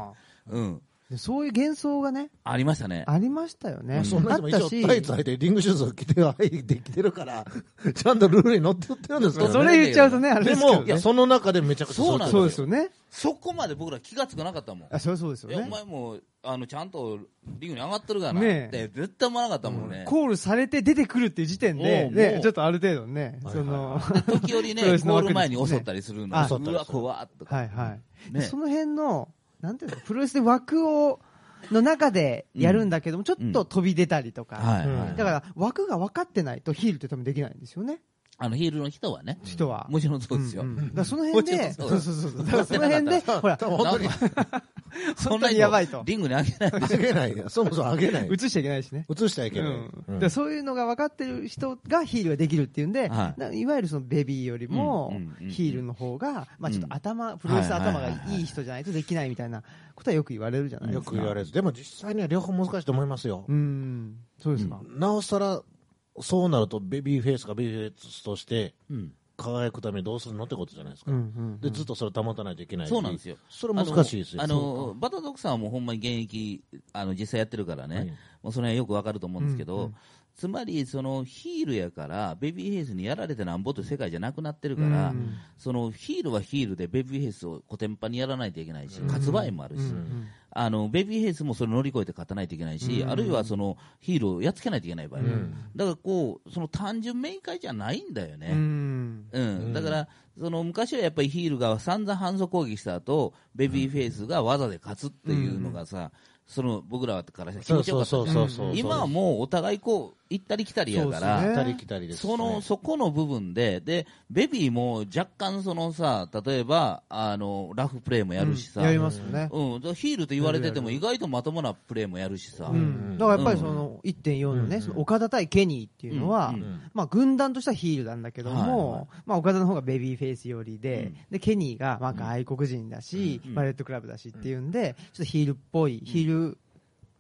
Speaker 1: うん。
Speaker 2: に。そういう幻想がね、
Speaker 1: ありましたね。
Speaker 2: ありましたよね。
Speaker 3: そんな
Speaker 2: あっ
Speaker 3: やつも
Speaker 2: た
Speaker 3: 一応
Speaker 2: し、
Speaker 3: タイツ履いて、リングシューズを着て、はい、できてるから、ちゃんとルールに乗ってってるんですけ
Speaker 2: そ
Speaker 3: どね。
Speaker 2: れ言っちゃうとね、あれ
Speaker 3: で
Speaker 2: ですけど
Speaker 3: も、
Speaker 2: ね
Speaker 3: いや、その中でめちゃくちゃ
Speaker 1: そうなん
Speaker 2: そうですよね。
Speaker 1: そこまで僕ら気がつかなかったもん。
Speaker 2: あ、それはそうです
Speaker 1: いや
Speaker 2: よ
Speaker 1: お
Speaker 2: ね。
Speaker 1: 前もうあのちゃんとリングに上がってるからな
Speaker 2: ね
Speaker 1: って
Speaker 2: え
Speaker 1: 絶対思わなかったもんね、
Speaker 2: コールされて出てくるっていう時点
Speaker 3: お
Speaker 2: で、
Speaker 3: うも
Speaker 2: ね
Speaker 3: う、
Speaker 2: ちょっとある程度ね、
Speaker 3: はい
Speaker 2: その、は
Speaker 1: 時折ね
Speaker 2: プロレスの
Speaker 1: ゴー
Speaker 2: 枠
Speaker 1: ル前
Speaker 2: です
Speaker 1: に
Speaker 2: ね
Speaker 1: 襲ったりするの、
Speaker 2: あ
Speaker 1: うわ怖っとか、
Speaker 2: いはい。
Speaker 1: ね
Speaker 2: でその辺の、なんていうの、プロレスで枠を、の中でやるんだけども、ちょっと飛び出たりとか。
Speaker 1: はいはい
Speaker 2: だから、枠が分かってないとヒールって多分できないんですよね、
Speaker 1: あのヒールの人はね、
Speaker 2: 人は。
Speaker 1: もちろんそうですよ、
Speaker 2: んんだからその辺
Speaker 1: も
Speaker 2: で、
Speaker 1: ち
Speaker 2: そ
Speaker 1: ろ
Speaker 2: うんそ
Speaker 1: そうう
Speaker 2: そうそう。だからその辺で、ほら、
Speaker 3: 本当に
Speaker 1: そ
Speaker 2: 本
Speaker 1: ん
Speaker 2: 当
Speaker 1: な
Speaker 2: に
Speaker 1: に
Speaker 2: やばいと。
Speaker 1: リングに上げない
Speaker 3: あげないよ。そもそもあげない。
Speaker 2: 映しちゃいけないしね。
Speaker 3: 映してはいけ
Speaker 2: う
Speaker 3: ない。
Speaker 2: ん
Speaker 3: う
Speaker 2: だ
Speaker 3: ん
Speaker 2: からそういうのが分かってる人がヒールができるっていうんで、
Speaker 1: はい
Speaker 2: ない、わゆるそのベビーよりも
Speaker 1: うんうんうん
Speaker 2: ヒールの方が、まあちょっと頭、プロレス頭がいい人じゃないとできないみたいなことはよく言われるじゃないで
Speaker 3: よ
Speaker 2: す
Speaker 3: く
Speaker 2: か。
Speaker 3: 言われる。でも実際には両方難しいと思いますよ
Speaker 2: う。ん、そうですか。
Speaker 3: なおさら、そうなるとベビーフェイスがベビーフェイスとして
Speaker 1: うん
Speaker 3: 輝くためにどうするのってことじゃないですか
Speaker 2: うん、う。ん。
Speaker 3: で、ずっとそれ保たないといけないし。
Speaker 1: そうなんですよ
Speaker 3: それ難しいですよ。
Speaker 1: あのバタドックさんはもうほんまに現役あの実際やってるからね、
Speaker 3: はい
Speaker 1: もうその辺よくわかると思うんですけど、
Speaker 2: うんうん
Speaker 1: つまりそのヒールやからベビーフェイスにやられてなんぼという世界じゃなくなってるから、
Speaker 2: うん
Speaker 1: そのヒールはヒールでベビーフェイスをコテンパンにやらないといけないし、勝つ場合もあるし、
Speaker 2: うん
Speaker 1: あのベビーフェイスもそれ乗り越えて勝たないといけないし、あるいはそのヒールをやっつけないといけない場合もある、だからこうその単純明快じゃないんだよね。
Speaker 2: うん
Speaker 1: うん、だから、その昔はやっぱりヒールが散々反則攻撃した後ベビーフェイスが技で勝つっていうのがさ、その僕らからしたら気
Speaker 3: そ
Speaker 1: 持
Speaker 3: う
Speaker 1: ちよ
Speaker 3: そ
Speaker 1: かっ
Speaker 3: う
Speaker 1: たじゃ
Speaker 3: そ
Speaker 1: ん
Speaker 3: うそうそう。
Speaker 1: 今はもうお互いこう行ったり来たりやか
Speaker 2: そうです
Speaker 1: ら
Speaker 2: ね
Speaker 3: 来たり来たりです。
Speaker 1: そのそこの部分ででベビーも若干そのさ例えばあのラフプレーもやるしさ、
Speaker 2: やりますよね。
Speaker 1: うん、だからヒールと言われてても意外とまともなプレーもやるしさ、
Speaker 2: うん、だからやっぱりその1.4のね、その岡田対ケニーっていうのは、
Speaker 1: うん
Speaker 2: まあ、軍団としてはヒールなんだけども、
Speaker 1: はいは
Speaker 2: まあ、岡田の方がベビーフェイス寄りで,、
Speaker 1: うん
Speaker 2: でケニーがまあ外国人だし、
Speaker 1: うん
Speaker 2: バレットクラブだしっていうんでちょっとヒールっぽい、ヒールっ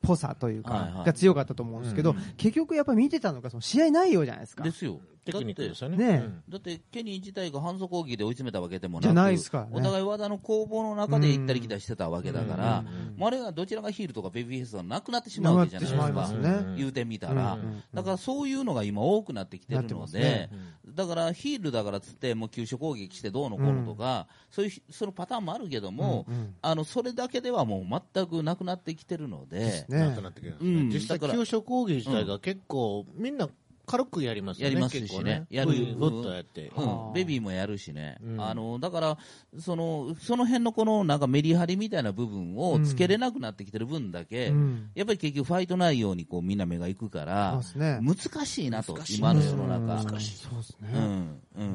Speaker 2: ぽさという
Speaker 1: はいは
Speaker 2: か
Speaker 1: い
Speaker 2: が強かったと思うんですけど、
Speaker 1: うん
Speaker 2: 結局やっぱり見てたのがその試合内容じゃないですか。
Speaker 1: ですよ
Speaker 3: テクニックですよね。
Speaker 2: ね
Speaker 3: うん
Speaker 1: だってケニー自体が反則攻撃で追い詰めたわけでもなく
Speaker 2: じゃないですからね
Speaker 1: お互い技の攻防の中で行ったり来たりしてたわけだから、
Speaker 2: うんうんうん
Speaker 1: もうあれがどちらがヒールとかベビーフェイスがなくなってしまう
Speaker 2: な
Speaker 1: わ
Speaker 2: っ
Speaker 1: けじゃ
Speaker 2: て
Speaker 1: ない
Speaker 2: し
Speaker 1: で
Speaker 2: ますいま
Speaker 1: か
Speaker 2: す、ね。
Speaker 1: 言うてみたら、
Speaker 2: うんうん
Speaker 1: だからそういうのが今、多くなってきてる
Speaker 2: なってま
Speaker 1: の
Speaker 2: す
Speaker 1: で、
Speaker 2: ね
Speaker 1: だからヒールだからっつって、もう急所攻撃してどうのこうのとか、そういうひそのパターンもあるけども、
Speaker 2: うんうん
Speaker 1: あのそれだけではもう全くなくなってきてるので。
Speaker 2: ね
Speaker 3: なくなってくるんですね
Speaker 1: うん
Speaker 3: 実際、
Speaker 1: だから
Speaker 3: 給食攻撃自体が結構、みんな軽くやりますよ
Speaker 1: や
Speaker 3: ね。
Speaker 1: ります
Speaker 3: 結
Speaker 1: し
Speaker 3: 構
Speaker 1: ね
Speaker 3: ね。
Speaker 1: やる
Speaker 3: ふいふっとやって。
Speaker 2: ん
Speaker 1: う
Speaker 2: あー
Speaker 1: ん、ベビーもやるしね、
Speaker 3: うん
Speaker 1: あのだからその、その辺のこのなんかメリハリみたいな部分をつけれなくなってきてる分だけ、
Speaker 2: うん
Speaker 1: やっぱり結局、ファイト内容にこうみんな目がいくか
Speaker 2: そう
Speaker 1: ら
Speaker 2: で、すね。
Speaker 1: 難しいなと
Speaker 3: 難、しい
Speaker 1: 今の世の
Speaker 2: うん
Speaker 1: 中。
Speaker 2: そうです
Speaker 1: う
Speaker 2: ね。
Speaker 1: んう、
Speaker 2: うん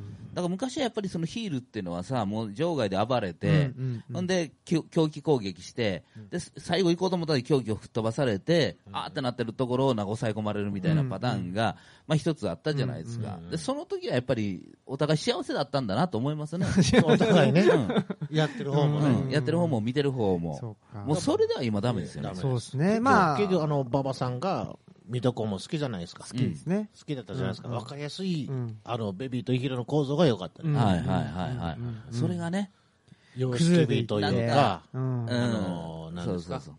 Speaker 2: ん
Speaker 1: だから昔はやっぱりそのヒールっていうのはさ、もう場外で暴れて、
Speaker 2: うんうんうん
Speaker 1: ほんで、きょ狂気攻撃して、で最後行こうと思ったら狂気を吹っ飛ばされて、あーってなってるところをなんか抑え込まれるみたいなパターンが、まあ、一つあったじゃないですか、で、その時はやっぱりお互い幸せだったんだなと思いますね、
Speaker 3: お互いね、
Speaker 1: うん
Speaker 3: やってる方も
Speaker 1: う
Speaker 3: ね。
Speaker 1: んやってる方も見てる方も
Speaker 2: そ、うか
Speaker 1: もうそれでは今、だめですよね
Speaker 3: ダメ。
Speaker 2: そうです
Speaker 3: 結
Speaker 2: ね。
Speaker 3: 局
Speaker 2: まあ、
Speaker 3: 結局、あの、馬場さんが、水戸黄門好きじゃないですか。好
Speaker 2: 好きですね。
Speaker 3: きだったじゃないですか。
Speaker 2: うん
Speaker 3: わかりやすい
Speaker 2: うん、
Speaker 3: あの、ベビーとイヒロの構造が良かったね
Speaker 2: うん
Speaker 1: はいはいはいはい、それがね、
Speaker 3: 様
Speaker 2: 崩れ
Speaker 3: 式
Speaker 2: ていっ
Speaker 3: 美
Speaker 2: た
Speaker 3: という
Speaker 1: なん
Speaker 3: か、
Speaker 2: う
Speaker 1: う
Speaker 2: ん
Speaker 1: ん
Speaker 3: あのなんですか
Speaker 1: そう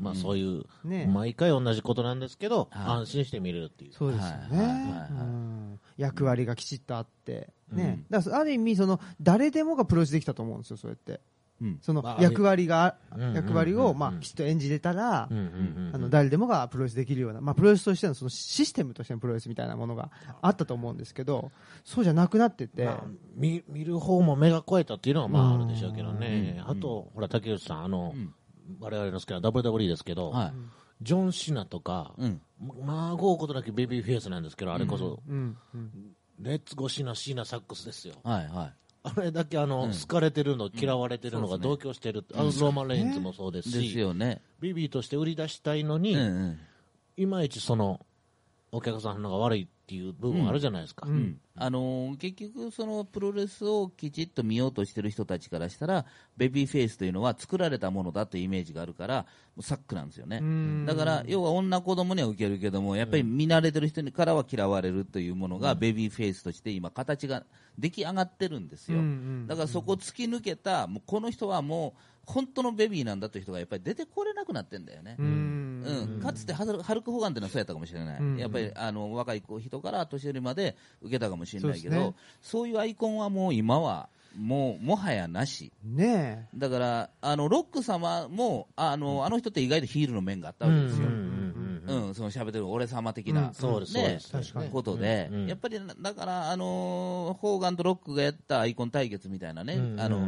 Speaker 3: まあそういう、
Speaker 2: ね
Speaker 3: 毎回同じことなんですけど、
Speaker 1: はい
Speaker 3: 安心して見れるっていう。
Speaker 2: そうですよ
Speaker 1: はいは
Speaker 2: ね、
Speaker 1: いはいはい
Speaker 2: うん役割がきちっとあって、
Speaker 1: う
Speaker 2: ね
Speaker 1: ん
Speaker 2: だからある意味その、誰でもがプロレスできたと思うんですよ、そうやって、
Speaker 1: うん
Speaker 2: その
Speaker 3: まあ
Speaker 2: 役割が、
Speaker 3: うんうんうん
Speaker 2: 役割を、まあ、きちっと演じれたら、
Speaker 3: うんうん
Speaker 2: あ
Speaker 3: うん
Speaker 2: の誰でもがプロレスできるような、まあ、プロレスとしてのそのシステムとしてのプロレスみたいなものがあったと思うんですけど、そうじゃなくなってて、
Speaker 3: まあ見見る方も目が超えたっていうのはまああるでしょうけどね、あと、ほら、竹内さん、あの、我々の好きな WWE ですけど、
Speaker 1: はい
Speaker 3: ジョン・シナとか、
Speaker 1: うん
Speaker 3: まあ、豪ことなきベビーフェイスなんですけど、あれこそ、
Speaker 2: うんうん
Speaker 3: レッツゴシナ、シーナ、サックスですよ。
Speaker 1: はいは
Speaker 3: あれだけあの、好かれてるの、嫌われてるのが同居してるって、あのローマン・レインズもそうです
Speaker 1: い、
Speaker 3: し、
Speaker 1: ですよね、
Speaker 3: ビビーとして売り出したいのに、
Speaker 1: うんうん、
Speaker 3: いまいちその、お客さんの方が悪いっていう部分あるじゃないですか。
Speaker 1: あのー結局、そのプロレスをきちっと見ようとしてる人たちからしたら、ベビーフェイスというのは作られたものだというイメージがあるから、もうサックなんですよね、だから要は女子供には受けるけども、やっぱり見慣れてる人にからは嫌われるというものが、ベビーフェイスとして今、形が出来上がってるんですよ、
Speaker 2: うんうん
Speaker 1: だからそこを突き抜けた、もうこの人はもう、本当のベビーなんだという人がやっぱり出てこれなくなってんだよね。
Speaker 2: うん
Speaker 1: うん、かつてハルハルク・ホガンっていうのはそうやったかもしれない、
Speaker 2: うん
Speaker 1: やっぱりあの若い子人から年寄りまで受けたかもしれないけど
Speaker 2: そ
Speaker 1: そうう,、
Speaker 2: ですね
Speaker 1: いうアイコンはもう今はもうもはやなし
Speaker 2: ねえ
Speaker 1: だからあのロック様もあのあの人って意外とヒールの面があったわけですよ、うんその喋ってる俺様的な、
Speaker 2: うん
Speaker 3: そうです、そう
Speaker 1: ね
Speaker 3: です。確
Speaker 2: かに
Speaker 1: ことで、
Speaker 3: うんうん
Speaker 1: やっぱりなだから、あのーホーガンとロックがやったアイコン対決みたいなね、あの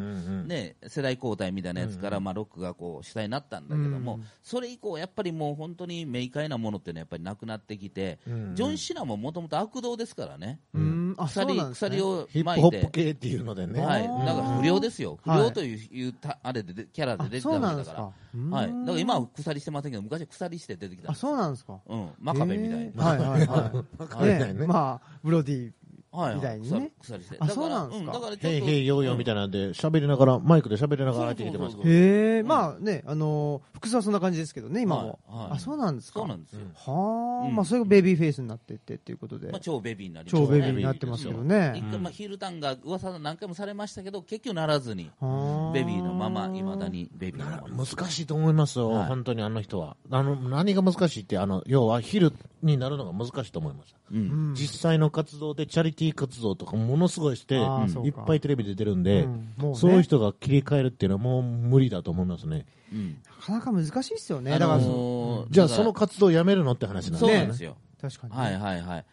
Speaker 1: ね世代交代みたいなやつから、まあ、ロックがこう主体になったんだけども、それ以降、やっぱりもう本当に明快なものっていうのはやっぱりなくなってきて、ジョン・シナももともと悪道ですからね、
Speaker 2: うんあそう
Speaker 1: 鎖
Speaker 2: なんですね
Speaker 1: 鎖を
Speaker 3: ヒップ
Speaker 1: 巻
Speaker 3: ホ
Speaker 1: い
Speaker 3: ップ
Speaker 1: て。
Speaker 3: 系っていうのでね。
Speaker 1: はい、
Speaker 2: あー
Speaker 1: だから不良ですよ、不
Speaker 2: はい
Speaker 1: 良という,、いうたあれででキャラで出てた
Speaker 2: あそうなん
Speaker 1: わ
Speaker 2: で
Speaker 1: け
Speaker 2: す
Speaker 1: だ
Speaker 2: か
Speaker 1: か
Speaker 2: う
Speaker 1: ら、
Speaker 2: ん
Speaker 1: はい、だから今は鎖してませんけど、昔は鎖して出てきたん
Speaker 2: あ
Speaker 1: です、
Speaker 2: そうなんですか、
Speaker 1: うん、真壁みたいに
Speaker 2: えー、はいはいは
Speaker 3: わか
Speaker 2: い、
Speaker 3: んない
Speaker 2: ねえ
Speaker 3: ね。
Speaker 2: まあ、ブロディ、
Speaker 1: はいはい、
Speaker 2: みたいにね
Speaker 1: 鎖鎖して、
Speaker 2: あ
Speaker 1: だ
Speaker 2: そう
Speaker 1: ら
Speaker 2: なんですか
Speaker 1: だからちょ
Speaker 3: へ
Speaker 1: っ
Speaker 3: い
Speaker 1: と
Speaker 3: へいようよみたいなんで、喋りながら、マイクで喋りながら相手出てますけど。
Speaker 2: へえ、まあね、あのー、服装はそんな感じですけどね、今も、
Speaker 1: はいはい
Speaker 2: あそうなんですか、
Speaker 1: そうなんですよ、
Speaker 2: はあ、
Speaker 1: うん
Speaker 2: まあそれがベビーフェイスになってってっていうことで、
Speaker 1: まあ、超ベビーになりま
Speaker 2: 超
Speaker 1: した
Speaker 2: ベ
Speaker 1: ね
Speaker 2: ビーになってますけどね。
Speaker 1: 一回、まあ、ヒールターンが噂何回もされましたけど、結局ならずに、
Speaker 2: はあ
Speaker 1: ベビーのまま、いまだにベビーのまま。
Speaker 3: 難しいと思いますよ、
Speaker 1: はい
Speaker 3: 本当にあの人は。あの、何が難しいって、あの、要は昼になるのが難しいと思います。
Speaker 1: うん
Speaker 2: うん
Speaker 3: 実際の活動でチャリティー活動とかものすごいして、
Speaker 2: あー
Speaker 3: うん
Speaker 2: そうか
Speaker 3: いっぱいテレビ出てるんで、
Speaker 2: うんもうね
Speaker 3: そういう人が切り替えるっていうのはもう無理だと思いますね。
Speaker 1: うん
Speaker 2: なかなか難しいですよね、
Speaker 1: あ
Speaker 2: だから、
Speaker 1: のー
Speaker 3: じゃあ
Speaker 1: だ
Speaker 3: そ
Speaker 1: から
Speaker 3: の活動をやめるのって話なん
Speaker 1: そうな
Speaker 3: です
Speaker 1: んで
Speaker 3: ね。
Speaker 1: すよ。
Speaker 2: 確かに、
Speaker 1: はいはいはい。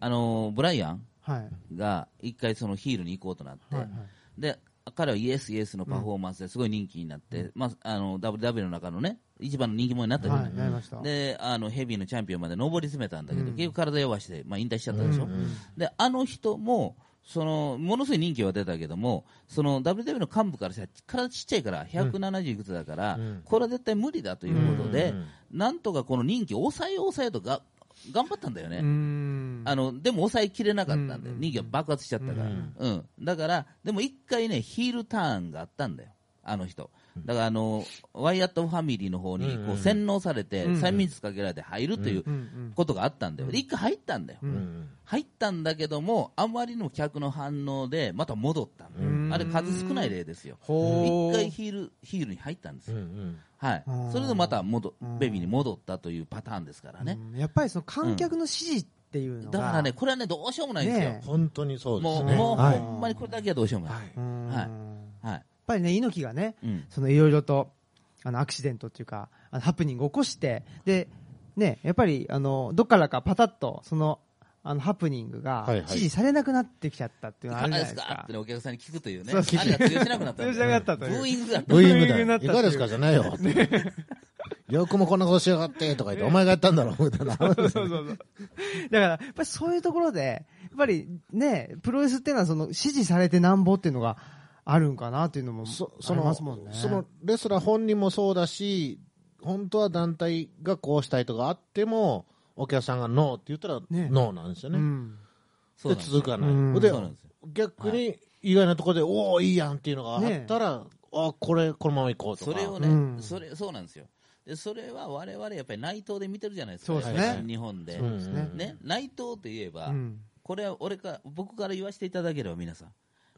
Speaker 1: あのーブライアン
Speaker 2: はい、
Speaker 1: が一回そのヒールに行こうとなって、
Speaker 2: はいはい
Speaker 1: で、彼はイエスイエスのパフォーマンスですごい人気になって、まあ、あの、WW の中のね、一番の人気者になったじゃない
Speaker 2: はい、やりました、
Speaker 1: であのヘビーのチャンピオンまで上り詰めたんだけど、結局体弱して、まあ、引退しちゃったでしょ、であの人もそのものすごい人気は出たけどもその WW の幹部からしたら体ちっちゃいから170いくつだから、これは絶対無理だということで、なんとかこの人気を抑えよう抑えようとが頑張ったんだよね。
Speaker 2: うーん
Speaker 1: あのでも抑えきれなかったんだよ、人気が爆発しちゃったから、うんだから、でも一回ね、ヒールターンがあったんだよ、あの人、だからあのワイヤットファミリーの方にこう洗脳されて、催眠術かけられて入るということがあったんだよ、で一回入ったんだよ、入ったんだけども、あまりの客の反応で、また戻ったの、あれ、数少ない例ですよ、
Speaker 2: ほ
Speaker 1: 一
Speaker 2: う
Speaker 1: 回ヒールヒールに入ったんですよ。
Speaker 3: うん
Speaker 1: はい
Speaker 2: うん、
Speaker 1: それでまた戻ベビーに戻ったというパターンですからね、
Speaker 2: うんやっぱりその観客の支持っていうのが、
Speaker 1: だからね、これはね、どうしようもないんですよ、
Speaker 2: ね
Speaker 3: 本当にそうで
Speaker 1: も
Speaker 3: す
Speaker 1: う、
Speaker 3: ね。
Speaker 1: もう、
Speaker 3: は
Speaker 1: ほ
Speaker 3: い。
Speaker 1: んまにこれだけはどうしようもない。
Speaker 2: うーん
Speaker 1: はい
Speaker 2: や
Speaker 1: はい。
Speaker 2: っぱりね、猪木がね、
Speaker 1: うん
Speaker 2: そのいろいろとあのアクシデントっていうか、あのハプニングを起こして、で、ね、やっぱりあのどっからかパタッとそのあのハプニングが
Speaker 3: はいはい
Speaker 2: 支持されなくなってきちゃったっていうのはあ
Speaker 1: か
Speaker 2: る
Speaker 1: がです
Speaker 2: じゃないです
Speaker 1: かっ
Speaker 2: か
Speaker 1: て。ねお客さんに聞くというね。
Speaker 2: そうそう
Speaker 1: あれが通用しなくなったん
Speaker 2: 通
Speaker 1: だ。
Speaker 2: じなくなった
Speaker 1: ブ
Speaker 2: という
Speaker 1: ーイングだった。
Speaker 3: ブーイ
Speaker 2: ブ
Speaker 3: ング
Speaker 2: ーイングにな
Speaker 3: だ。
Speaker 2: った
Speaker 3: い
Speaker 2: っていう
Speaker 3: かがですかじゃないよ。よくもこんなことしやがって、とか言って、お前がやったんだろ、みた いな。
Speaker 2: そうそうそうそう。だから、やっぱりそういうところで、やっぱりね、プロレスっていうのはその支持されてなんぼっていうのがあるんかなっていうのも、
Speaker 3: そ
Speaker 2: あ
Speaker 3: そ
Speaker 2: り
Speaker 3: の
Speaker 2: ますもんね。
Speaker 3: そのレスラー本人もそうだし、本当は団体がこうしたいとかあっても、お客さんがノーって言ったら、
Speaker 2: ね
Speaker 3: ノーなんですよ
Speaker 2: う
Speaker 3: ね。
Speaker 2: ん。
Speaker 1: そうな
Speaker 3: で
Speaker 1: んです
Speaker 3: 続かない、
Speaker 2: うん
Speaker 3: で
Speaker 1: そうなんですよ
Speaker 3: 逆に意外なところで、おお、いいやんっていうのがあったら、あこれ、このままいこうとか、
Speaker 1: それをね、
Speaker 2: うん
Speaker 1: それそうなんですよでそれは我々やっぱり内藤で見てるじゃないですか
Speaker 2: そうですね
Speaker 1: やっぱり日本で、
Speaker 3: うん
Speaker 2: ですね
Speaker 1: ね、内藤といえば、
Speaker 2: うん。
Speaker 1: これは俺か僕から言わせていただければ皆さん、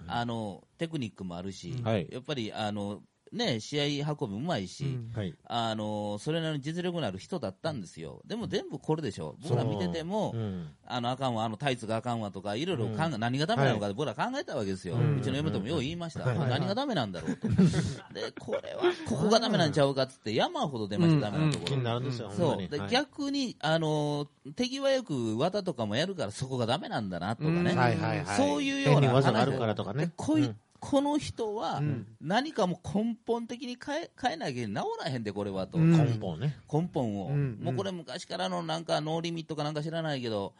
Speaker 1: あのテクニックもあるし、
Speaker 3: はい
Speaker 1: やっぱりあの、ね、試合運びうまいし、
Speaker 2: うん
Speaker 3: はい、
Speaker 1: あのそれなりに実力のある人だったんですよでも全部これでしょ僕ら見てても、
Speaker 3: うん
Speaker 1: あのあかんわ、あのタイツがあかんわとか、いろいろ考え、何がダメなのか、僕ら考えたわけですよ、
Speaker 2: ん
Speaker 1: うちの嫁ともよう言いました、
Speaker 3: はい
Speaker 1: 何がダメなんだろうと、でこれは、ここがダメなんちゃうかっつって、山ほど出ました、ダメなとこ
Speaker 3: 気
Speaker 1: ろ。
Speaker 3: になるんですよ、ほんま
Speaker 1: そう
Speaker 3: に
Speaker 1: で
Speaker 3: はい
Speaker 1: 逆に、あの手際よく綿とかもやるからそこがダメなんだなとかね、
Speaker 2: うん
Speaker 3: はいはいはい、
Speaker 1: そういうような
Speaker 3: 変に技があるからとかね
Speaker 1: で、こい
Speaker 3: うん
Speaker 1: この人は
Speaker 2: ん
Speaker 1: 何かもう根本的に変え変えなきゃ治らへんで、これはと、
Speaker 2: うん
Speaker 3: 根本ね、
Speaker 1: 根本を、
Speaker 2: うん
Speaker 1: もうこれ昔からのなんかノーリミットかなんか知らないけど、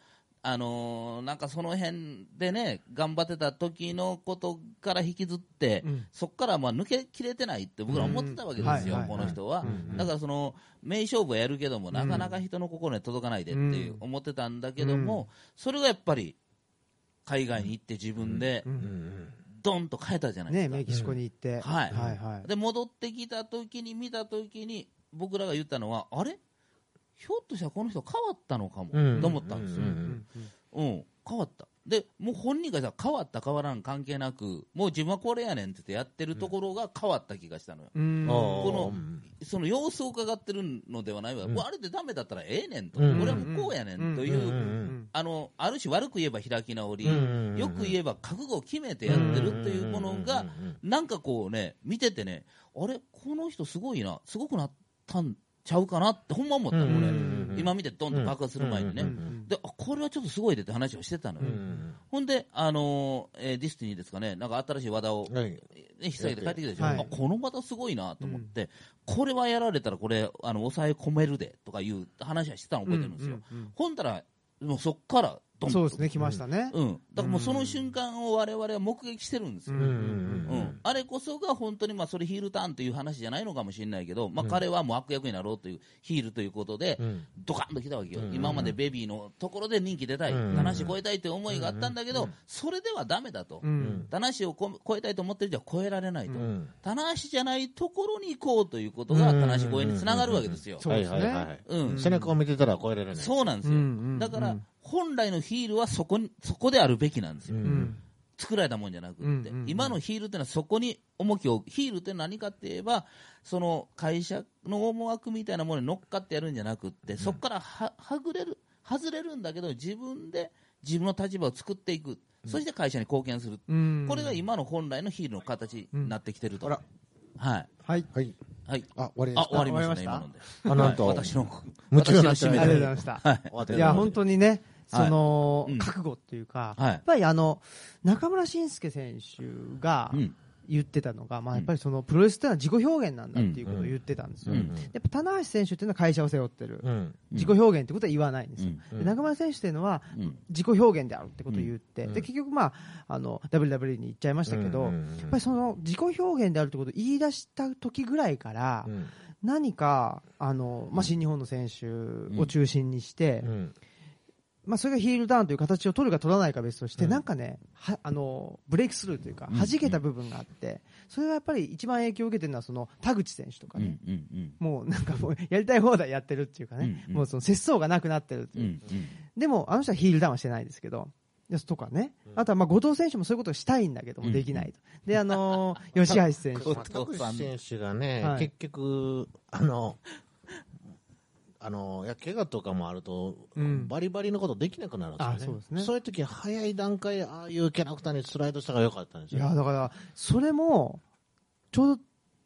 Speaker 1: あのーなんかその辺でね頑張ってた時のことから引きずって、
Speaker 2: うん
Speaker 1: そこからまあ抜けきれてないって僕ら思ってたわけですよ、
Speaker 2: うんはいはいはい
Speaker 1: この人は、
Speaker 3: うん
Speaker 1: だからその名勝負はやるけどもなかなか人の心に届かないでっていう
Speaker 2: うん
Speaker 1: 思ってたんだけども、それがやっぱり海外に行って自分で
Speaker 2: う
Speaker 3: うん
Speaker 2: ん
Speaker 3: うん
Speaker 1: ドンと変えたじゃないです
Speaker 2: ね
Speaker 1: か。
Speaker 2: メキシコに行って。
Speaker 1: はい
Speaker 2: はいはい。
Speaker 1: で戻ってきた時に見た時に僕らが言ったのはあれひょっとしたらこの人変わったのかも、
Speaker 3: うん
Speaker 1: と思ったんですよ、
Speaker 3: う
Speaker 2: うんん
Speaker 1: うん変わったでもう本人がさ変わった変わらん関係なくもう自分はこれやねんって言ってやってるところが変わった気がしたのよ、
Speaker 2: うん
Speaker 3: あー
Speaker 1: この
Speaker 3: うん
Speaker 1: その様子を伺ってるのではないわ、
Speaker 3: うん
Speaker 1: あれでダメだったらええねんと、
Speaker 3: うん
Speaker 1: これはもうこうやねんという、
Speaker 3: うん
Speaker 2: う
Speaker 1: あのある種悪く言えば開き直り、
Speaker 3: うん
Speaker 1: よく言えば覚悟を決めてやってるというものが、
Speaker 3: うんうんうんうん
Speaker 1: なんかこうね、見ててね、あれ、この人すごいな、すごくなったんちゃうかなって、ほんま思ったの、
Speaker 3: うん
Speaker 2: うん
Speaker 1: 俺、
Speaker 2: うん
Speaker 1: 今見て、どんと爆発する前にね、
Speaker 3: うん
Speaker 2: うん
Speaker 1: であこれはちょっとすごいでって話をしてたの
Speaker 3: う
Speaker 1: よ、
Speaker 3: ん
Speaker 1: ほんで、あのーえーディスティニーですかね、なんか新しい技を、
Speaker 3: うん
Speaker 1: ね、
Speaker 3: はい
Speaker 1: 引っ提げて帰ってきたでしょ、
Speaker 2: はい
Speaker 1: あこの技すごいなと思って、これはやられたら、これ、あの抑え込めるでとかいう話はしてたの覚えてるんですよ。
Speaker 2: うんうんうん
Speaker 1: ほんだら、もうそっから、どんと
Speaker 2: そうですね、来ましたね。
Speaker 1: うん、だからもうその瞬間を我々は目撃してるんですよ、
Speaker 2: う
Speaker 3: うんん
Speaker 1: うん
Speaker 3: うん
Speaker 1: あれこそが本当にまあそれヒールターンという話じゃないのかもしれないけど、まあ、彼はもう悪役になろうというヒールということで、
Speaker 3: うん
Speaker 1: ドカンと来たわけよ、
Speaker 3: うん
Speaker 1: 今までベビーのところで人気出たい、
Speaker 3: うん
Speaker 1: 棚橋超えたいという思いがあったんだけど、
Speaker 3: うん
Speaker 1: それではだめだと
Speaker 2: う、ん
Speaker 1: 棚橋をこ超えたいと思ってるじゃ超えられないと、
Speaker 3: うんうん
Speaker 1: 棚橋じゃないところに行こうということが、棚橋超えにつながるわけですよ。
Speaker 2: そうですね
Speaker 3: はいはいはいはい
Speaker 1: うん
Speaker 3: 背中を見てたら超えられない。
Speaker 1: そうなんですよ、
Speaker 2: うんうんうん
Speaker 1: だから本来のヒールはそこにそこであるべきなんですよ、
Speaker 3: うん
Speaker 2: うん
Speaker 1: 作られたもんじゃなくって、
Speaker 2: うんうんうん
Speaker 1: 今のヒールってのはそこに重きをヒールって何かって言えばその会社の思惑みたいなものに乗っかってやるんじゃなくってそこからははぐれる外れるんだけど自分で自分の立場を作っていく、そして会社に貢献する、
Speaker 2: うん
Speaker 1: これが今の本来のヒールの形になってきてると、
Speaker 3: うんあ
Speaker 1: はい
Speaker 2: はい。
Speaker 3: はい。
Speaker 1: はい
Speaker 3: あ、終わりで
Speaker 1: あ
Speaker 3: す
Speaker 1: 終わりましたね
Speaker 2: 終わ
Speaker 1: 今
Speaker 2: り
Speaker 1: ので
Speaker 3: あなんと
Speaker 1: はい私の
Speaker 3: 夢中になっ
Speaker 1: 私
Speaker 3: て
Speaker 1: の締
Speaker 2: あり
Speaker 1: め
Speaker 2: がとうござい
Speaker 1: で
Speaker 2: ました。
Speaker 3: か。
Speaker 2: いや、本当にね、
Speaker 1: はい
Speaker 2: その、
Speaker 1: うん
Speaker 2: 覚悟っていうか、
Speaker 1: はい
Speaker 2: やっぱりあの、中村慎介選手が
Speaker 1: うん
Speaker 2: 言ってたのが、まあやっぱりその、プロレスっていうのは自己表現なんだっていうことを言ってたんですよ。
Speaker 1: うん
Speaker 2: やっぱ、棚橋選手っていうのは会社を背負ってる。
Speaker 3: うん。
Speaker 2: 自己表現ってことは言わないんですよ。
Speaker 3: うん
Speaker 2: で中村選手っていうのは、
Speaker 1: うん
Speaker 2: 自己表現であるってことを言って、
Speaker 3: うん
Speaker 2: で結局、まあ、あの WWE に行っちゃいましたけど、
Speaker 3: うんうんうん
Speaker 2: やっぱりその自己表現であるってことを言い出した時ぐらいから、
Speaker 3: うん
Speaker 2: 何かあの、まあ、新日本の選手を中心にして、
Speaker 3: うん
Speaker 2: まあ、それがヒールダウンという形を取るか取らないかは別として、
Speaker 3: うん
Speaker 2: なんかねはあの、ブレイクスルーというか、弾けた部分があって、それがやっぱり一番影響を受けてるのはその田口選手とか
Speaker 1: うんう
Speaker 2: ね、
Speaker 1: んうん
Speaker 2: もうなんかもうやりたい放題やってるっていうかね、
Speaker 1: うんうん
Speaker 2: もうその節操がなくなってるって
Speaker 1: う
Speaker 2: いうん
Speaker 1: うん
Speaker 2: でも、あの人はヒールダウンはしてないですけど、ですとかね、あとはまあ後藤選手もそういうことをしたいんだけど
Speaker 1: う
Speaker 2: も、
Speaker 1: ん
Speaker 2: できないと、であの ー吉橋選手、
Speaker 1: こ
Speaker 3: まあ田口選手がね、
Speaker 2: はい
Speaker 3: 結局、あの、あの、いや、怪我とかもあると、
Speaker 2: うん
Speaker 3: バリバリのことできなくなるんですよね。
Speaker 2: あそうですね
Speaker 3: そういう時、早い段階で、ああいうキャラクターにスライドした方が良かったんです
Speaker 2: い
Speaker 3: よ。
Speaker 2: やだから、それもちょうど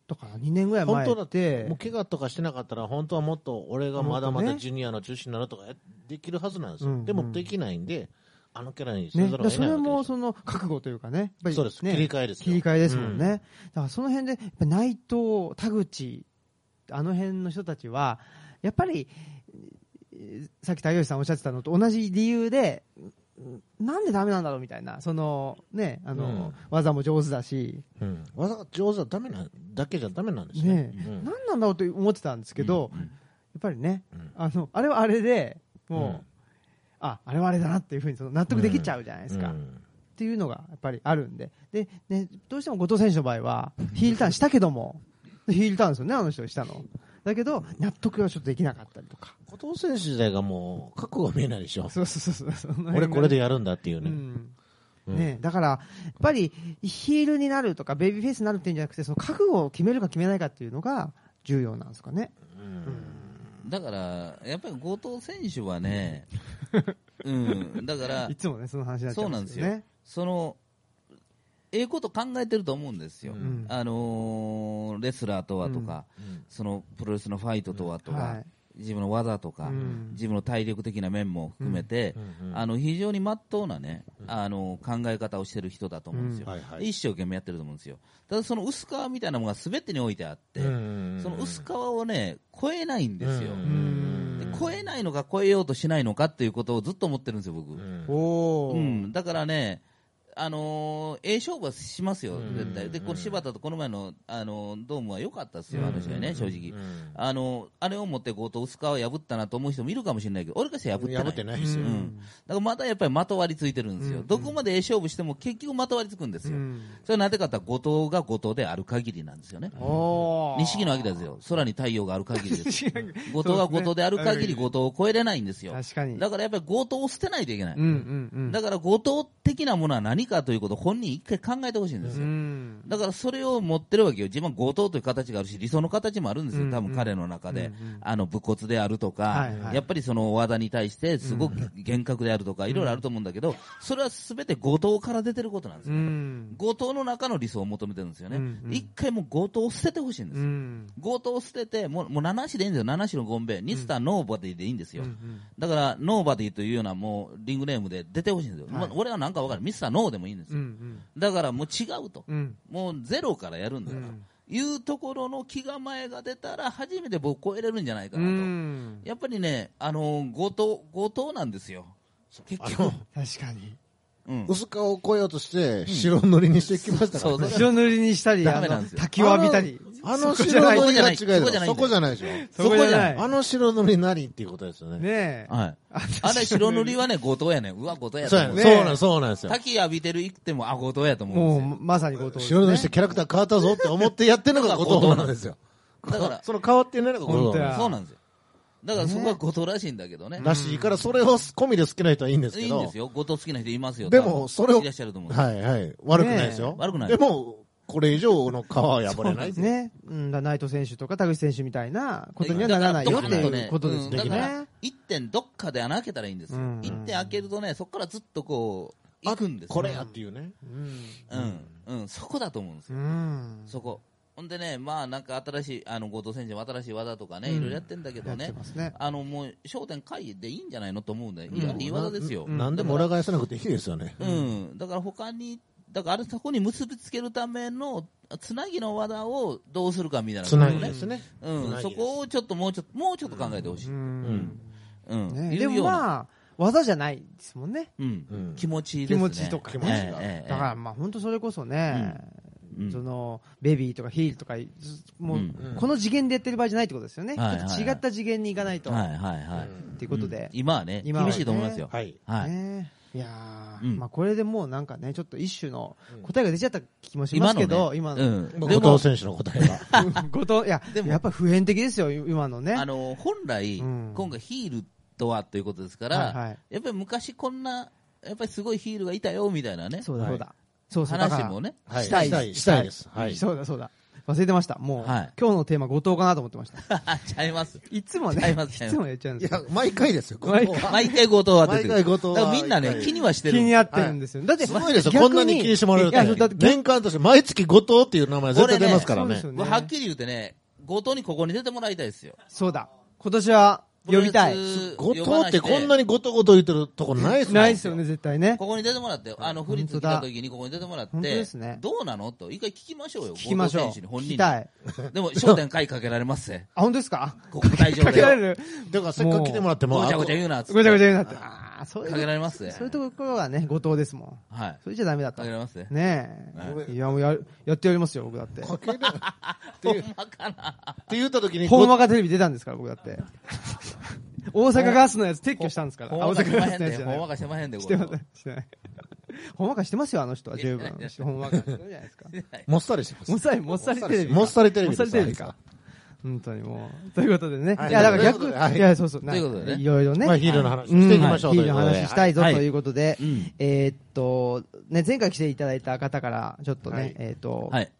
Speaker 2: とかな2年ぐらい前
Speaker 3: 本当だ
Speaker 2: っ
Speaker 3: ってもう怪我とかしてなかったら、本当はもっと俺がまだまだジュニアの中心になるとかやできるはずなんですよ、
Speaker 2: うんうん
Speaker 3: でもできないんで、あのキャラにせ
Speaker 2: ね、
Speaker 3: ざ
Speaker 2: だか
Speaker 3: るを
Speaker 2: ら
Speaker 3: 得
Speaker 2: そ
Speaker 3: ない
Speaker 2: れ
Speaker 3: わけ
Speaker 2: も
Speaker 3: ですよ
Speaker 2: その覚悟というかね、やっぱり
Speaker 3: そうです、
Speaker 2: ね
Speaker 3: 切り替えですよ
Speaker 2: 切り替えですもんね、
Speaker 3: う
Speaker 2: だからその辺で、やっぱ内藤、田口、あの辺の人たちは、やっぱり、えーさっき太陽さんおっしゃってたのと同じ理由で、うんなんでダメなんだろうみたいな、そのね、あの、
Speaker 3: うん
Speaker 2: 技も上手だし、
Speaker 3: うん技が上手はダメなだけじゃダメなんですね。
Speaker 2: ね、
Speaker 3: うん
Speaker 2: なんなんだろうと思ってたんですけど、
Speaker 1: うん
Speaker 2: やっぱりね、
Speaker 3: うん
Speaker 2: あの、あれはあれでもう、
Speaker 3: うん
Speaker 2: あ、あれはあれだなっていうふうにその納得できちゃうじゃないですか。
Speaker 3: うん
Speaker 2: っていうのがやっぱりあるんで、でね、どうしても後藤選手の場合は、ヒールターンしたけども、ヒールターンですよね、あの人したの。だけど、納得はちょっとできなかったりとか、
Speaker 3: 後藤選手自体がもう、覚悟が見えないでしょ。
Speaker 2: そうそうそうそう、その辺が
Speaker 3: 俺これでやるんだっていう
Speaker 2: う
Speaker 3: ね。
Speaker 2: ん
Speaker 3: うん
Speaker 2: ね、だから、やっぱりヒールになるとか、ベビーフェイスになるっていうんじゃなくて、その覚悟を決めるか決めないかっていうのが重要なんですかね。
Speaker 1: だから、やっぱり後藤選手はね、うん、だから
Speaker 2: い、つもね、その話になっちゃうんですよね。
Speaker 1: その、ええこと考えてると思うんですよ、
Speaker 3: う
Speaker 2: うん
Speaker 1: あのーレスラーとはとか、
Speaker 3: うん
Speaker 1: そのプロレスのファイトとはとか、
Speaker 2: はい
Speaker 1: 自分の技とか、
Speaker 2: うん
Speaker 1: 自分の体力的な面も含めて、
Speaker 3: うんうん
Speaker 1: あの非常にまっとうな、ねあの考え方をしてる人だと思うんですよ、
Speaker 3: うんはいはい
Speaker 1: 一生懸命やってると思うんですよ、ただその薄皮みたいなものがすべてにおいてあって、
Speaker 3: うん
Speaker 1: その薄皮をね、超えないんですよ、
Speaker 3: う
Speaker 2: うん
Speaker 1: で超えないのか超えようとしないのかっていうことをずっと思ってるんですよ、僕。
Speaker 3: うん
Speaker 2: お
Speaker 1: う
Speaker 2: ー
Speaker 1: ん、だからね、あのーええ勝負はしますよ、
Speaker 3: うん
Speaker 1: 絶対、でこの柴田とこの前の、あのードームは良かったですよ、あの試合ね、正直、
Speaker 3: うん
Speaker 1: あのーあれを持って後藤、薄川を破ったなと思う人もいるかもしれないけど、俺からしたら破ってない、
Speaker 3: 破ってないいですよ
Speaker 1: う。ん、だからまたやっぱりまとわりついてるんですよ、
Speaker 2: うん
Speaker 1: どこまでええ勝負しても結局まとわりつくんです
Speaker 2: う
Speaker 1: よ、
Speaker 2: ん
Speaker 1: それはなぜかというと、後藤が後藤である限りなんですよね、
Speaker 2: おー、
Speaker 1: 錦野明ですよ、空に太陽がある限りです
Speaker 2: 確か
Speaker 1: 後藤が後藤である限り、後藤を超えれないんですよ、
Speaker 2: に。
Speaker 1: だからやっぱり後藤を捨てないといけない。
Speaker 2: うんうんうん。
Speaker 1: だから後藤的なものは何かということを本人一回考えてほしいんです
Speaker 2: う
Speaker 1: よ。
Speaker 2: ん
Speaker 1: だからそれを持ってるわけよ。自分は後藤という形があるし、理想の形もあるんです
Speaker 2: うん
Speaker 1: よ。
Speaker 2: うん
Speaker 1: 多分彼の中で。
Speaker 2: うんうん
Speaker 1: あの、武骨であるとか、
Speaker 2: はいはい
Speaker 1: やっぱりその技に対してすごく厳格であるとか、いろいろあると思うんだけど、それは全て後藤から出てることなんです
Speaker 2: う
Speaker 1: よ。
Speaker 2: ん。
Speaker 1: 後藤の中の理想を求めてるんですよね。
Speaker 2: うんうん
Speaker 1: 一回もう後藤を捨ててほしいんです
Speaker 2: う
Speaker 1: よ。
Speaker 2: ん。
Speaker 1: 強盗を捨てて、もうもう7種でいいんですよ、7種のゴンベ、ニスターノーバディでいいんですよ、
Speaker 2: うんうん
Speaker 1: だからノーバディというようなもうリングネームで出てほしいんですよ、
Speaker 2: は
Speaker 1: ま
Speaker 2: い
Speaker 1: あ俺はなんか分かる、ミスターノーでもいいんです
Speaker 2: う
Speaker 1: よ、
Speaker 2: ん
Speaker 1: だからもう違うと、
Speaker 2: うん。うん。
Speaker 1: もうゼロからやるんだから、
Speaker 2: うん
Speaker 1: いうところの気構えが出たら、初めて僕、超えれるんじゃないか
Speaker 2: う
Speaker 1: なと、
Speaker 2: ん。
Speaker 1: やっぱりね、あのー、後藤後藤なんですよ、結
Speaker 3: あ
Speaker 1: 局、
Speaker 3: の、
Speaker 2: 確かに。
Speaker 1: うん、
Speaker 3: 薄皮を超えようとして、白塗りにしてきましたから
Speaker 1: そう
Speaker 3: ね。
Speaker 1: そう
Speaker 2: 白塗りにしたり、
Speaker 1: ダ
Speaker 2: あ
Speaker 1: メなん
Speaker 2: の
Speaker 1: ですよ
Speaker 2: 滝を浴びたり。
Speaker 3: あのあの
Speaker 2: そこじゃない
Speaker 3: 白塗りが違うだろ
Speaker 1: そ
Speaker 3: そ
Speaker 1: こ
Speaker 3: こ
Speaker 1: じ
Speaker 3: じゃないでしょ。
Speaker 2: そこじゃない
Speaker 3: あの白塗りなりっていうことですよね。
Speaker 2: ねえ。
Speaker 1: はい、
Speaker 2: あ
Speaker 1: あれ、白塗りはね、後藤やねん、うわ、後藤やと
Speaker 3: そう
Speaker 1: 思
Speaker 3: や
Speaker 1: う
Speaker 2: ね
Speaker 3: ね。そうなんそうなんですよ。
Speaker 1: 滝浴びてる行っても、あ、後藤やと思うん
Speaker 2: も
Speaker 1: で
Speaker 2: う、
Speaker 1: すよ。
Speaker 2: まさに後藤ですね。
Speaker 3: 白塗りしてキャラクター変わったぞって思ってやってるのが後藤なんですよ。
Speaker 1: だから
Speaker 3: その変わってないのが後
Speaker 2: 本当
Speaker 3: 藤
Speaker 2: や
Speaker 1: そうなんですよ。だからそこは後藤らしいんだけどね。
Speaker 3: らしいから、それを込みで好きな人はいいんです
Speaker 1: いい
Speaker 3: け
Speaker 1: ん
Speaker 3: ど。
Speaker 1: ですよ。後藤好きな人いますよ。
Speaker 3: で
Speaker 1: 多分
Speaker 3: も、それを、
Speaker 1: いらっしゃると思う。
Speaker 3: はいはい。悪くないですよ
Speaker 1: ね。え悪くない
Speaker 3: でも、これ以上の皮は破れない。
Speaker 2: ね。うん、だ内藤選手とか田口選手みたいなことにはな
Speaker 1: だから
Speaker 2: ないよって
Speaker 1: ドカンと
Speaker 2: い
Speaker 1: ね
Speaker 2: うことです
Speaker 1: うん
Speaker 2: よ
Speaker 1: だから
Speaker 2: ね。、
Speaker 1: 一点どっかで穴開けたらいいんですよ
Speaker 2: うん。
Speaker 1: 一点開けるとね、そこからずっとこう、行くんですよ
Speaker 3: これやっていうね。
Speaker 2: うん。
Speaker 1: うん。うん。そこだと思うんです
Speaker 2: う
Speaker 1: よ。
Speaker 2: ん。
Speaker 1: そこ。ほんでね、まあなんか新しい、あの、後藤選手も新しい技とかね、
Speaker 2: うん
Speaker 1: いろいろやってんだけ
Speaker 2: や
Speaker 1: ど
Speaker 2: って
Speaker 1: ね。
Speaker 2: ますね。
Speaker 1: あの、もう、焦点会でいいんじゃないのと思うんで、い
Speaker 2: ん
Speaker 1: やいい技ですよ。
Speaker 2: ん
Speaker 3: なんでも裏返さなくていいですよね。
Speaker 1: うん、だから他に、だからあれそこに結びつけるためのつなぎの和田をどうするかみたいな
Speaker 3: つなぎ
Speaker 1: ね
Speaker 3: ですね。
Speaker 1: うん、そこをちょっともうちょっともうちょっと考えてほしい、
Speaker 2: う
Speaker 1: うん
Speaker 2: ん。
Speaker 1: うん
Speaker 2: ね
Speaker 1: い
Speaker 2: で
Speaker 1: うよ
Speaker 2: も
Speaker 1: うな、
Speaker 2: まあ、技じゃないですもんね。
Speaker 1: うん
Speaker 3: うん
Speaker 1: 気持ちです
Speaker 2: 気
Speaker 1: ね
Speaker 2: 持ちとか
Speaker 3: 気持ち
Speaker 2: ね
Speaker 3: が。
Speaker 1: ええええ
Speaker 2: だからまあ本当それこそね、
Speaker 1: うん
Speaker 2: そのベビーとかヒールとか、ずもう、
Speaker 1: うん
Speaker 2: この次元でやってる場合じゃないってことですよね、
Speaker 1: はいはいはい
Speaker 2: ちょっと違った次元に行かないと、
Speaker 1: はいはいはい、
Speaker 2: っていうことで、
Speaker 1: うん今はね
Speaker 2: 今はね
Speaker 1: 厳しいと思いますよ
Speaker 3: はい。
Speaker 1: はい、
Speaker 2: ねいやー、
Speaker 1: うん
Speaker 2: まあ、これでもうなんかね、ちょっと一種の答えが出ちゃった気もしますけど、今の,、
Speaker 1: うん、で
Speaker 3: 後
Speaker 1: も
Speaker 3: 藤選手の答えは。
Speaker 2: 後藤いや、
Speaker 1: でも
Speaker 2: やっぱり普遍的ですよ、今のね。
Speaker 1: あの本来、
Speaker 2: うん
Speaker 1: 今回ヒールとはということですから、
Speaker 2: はいはい
Speaker 1: やっぱり昔こんなやっぱりすごいヒールがいたよみたいなね
Speaker 2: そうだ、そうだ。そうそうだから
Speaker 1: 話もね
Speaker 3: はい
Speaker 2: したい
Speaker 3: したい、したいです。はい。
Speaker 2: そうだ、そうだ。忘れてました。もう、
Speaker 1: はい
Speaker 2: 今日のテーマ、後藤かなと思ってました。
Speaker 1: ちゃいます。
Speaker 2: いつも
Speaker 1: ちゃ
Speaker 2: ね、
Speaker 1: い
Speaker 2: い
Speaker 1: ますちゃいます
Speaker 2: つもやっちゃうん
Speaker 3: い
Speaker 2: ですよ
Speaker 3: や、毎回ですよ、ここ
Speaker 2: 毎
Speaker 3: は
Speaker 1: 毎回後藤は出てくる。
Speaker 3: 毎回後藤は
Speaker 1: だからみんなね、気にはしてる。
Speaker 2: 気になってるんですよ。だって、
Speaker 3: すごいですよ、
Speaker 2: 逆
Speaker 3: こ
Speaker 2: に
Speaker 3: んなに気にしてもらえるっ
Speaker 2: いや、そうだって
Speaker 3: て。年間として、毎月後藤っていう名前絶対出ますからね
Speaker 2: そうです。よね
Speaker 1: 僕はっきり言ってね、後藤にここに出てもらいたいですよ。
Speaker 2: そうだ。今年は呼びたい
Speaker 1: プ。ロレス
Speaker 3: 後藤ってこんなに後藤後藤言ってるとこないですね。
Speaker 2: ないですよね、絶対ね。
Speaker 1: ここに出てもらって、あの、振りつきた時にここに出てもらって、
Speaker 2: 本当ですね
Speaker 1: どうなのと、一回聞きましょうよ。
Speaker 2: 聞きましょう。
Speaker 1: 後藤選手に本
Speaker 2: 聞
Speaker 1: 人
Speaker 2: き
Speaker 1: に。
Speaker 2: たい。
Speaker 1: でも、焦点回かけられます ぜ。
Speaker 2: あ、本当ですか
Speaker 1: ここ会場
Speaker 2: かけられ
Speaker 1: で。
Speaker 2: る。
Speaker 3: だからせっかく来てもらって
Speaker 1: ご
Speaker 3: も、
Speaker 1: ちゃご
Speaker 3: あ
Speaker 1: ちゃ言うな、つって。
Speaker 2: ごちゃごちゃになって。ああ、そういう。
Speaker 1: かけられますぜ。
Speaker 2: そういうところがね、後藤ですもん。
Speaker 1: はい。
Speaker 2: それじゃダメだっ
Speaker 1: か
Speaker 2: た
Speaker 1: け。られますぜ。
Speaker 2: ね
Speaker 1: は
Speaker 2: え。いや、もうやる、やってやりますよ、僕だって。
Speaker 3: かけるって
Speaker 1: ほ
Speaker 3: い
Speaker 1: ん
Speaker 3: うっ
Speaker 1: まかな。
Speaker 3: て言った時に、
Speaker 2: ほんまかテレビ出たんですから、僕だって。大阪ガスのやつ撤去したんですから。
Speaker 1: ほん
Speaker 2: あ大
Speaker 1: まかし
Speaker 2: 阪
Speaker 1: てまへ
Speaker 2: ガス
Speaker 1: ん
Speaker 2: のや
Speaker 1: で。
Speaker 2: つじゃ
Speaker 1: ほま。か
Speaker 2: なんい
Speaker 1: してまへんで、
Speaker 2: してま
Speaker 1: 後藤
Speaker 2: せん。してない。 ほんまかしてますよ、あの人は十分
Speaker 1: いやいや。
Speaker 2: ほんまかしてるじゃないですか。
Speaker 3: もっさりしてます
Speaker 2: もっ。さり、もっさりテレビか。
Speaker 3: もっさりテレビ
Speaker 2: もっ
Speaker 3: です
Speaker 2: さりテレビか。本当にもう。ということでね。
Speaker 3: はい
Speaker 2: いや、だから
Speaker 3: ということ
Speaker 2: 逆、
Speaker 3: ではい
Speaker 2: いや、そうそう。
Speaker 1: ということでね
Speaker 2: いろいろね。
Speaker 3: まあ、ヒーローの話していきましょう
Speaker 2: ヒ
Speaker 3: と
Speaker 2: ー
Speaker 3: い
Speaker 2: ロ
Speaker 3: う
Speaker 2: ー
Speaker 3: こ
Speaker 2: の
Speaker 3: とで。
Speaker 2: 話したいぞと
Speaker 1: はい
Speaker 2: いうことで
Speaker 1: うん、
Speaker 2: えーっと、ね、前回来ていただいた方から、ちょっと
Speaker 3: はい
Speaker 2: ね、えーっと、
Speaker 1: はい。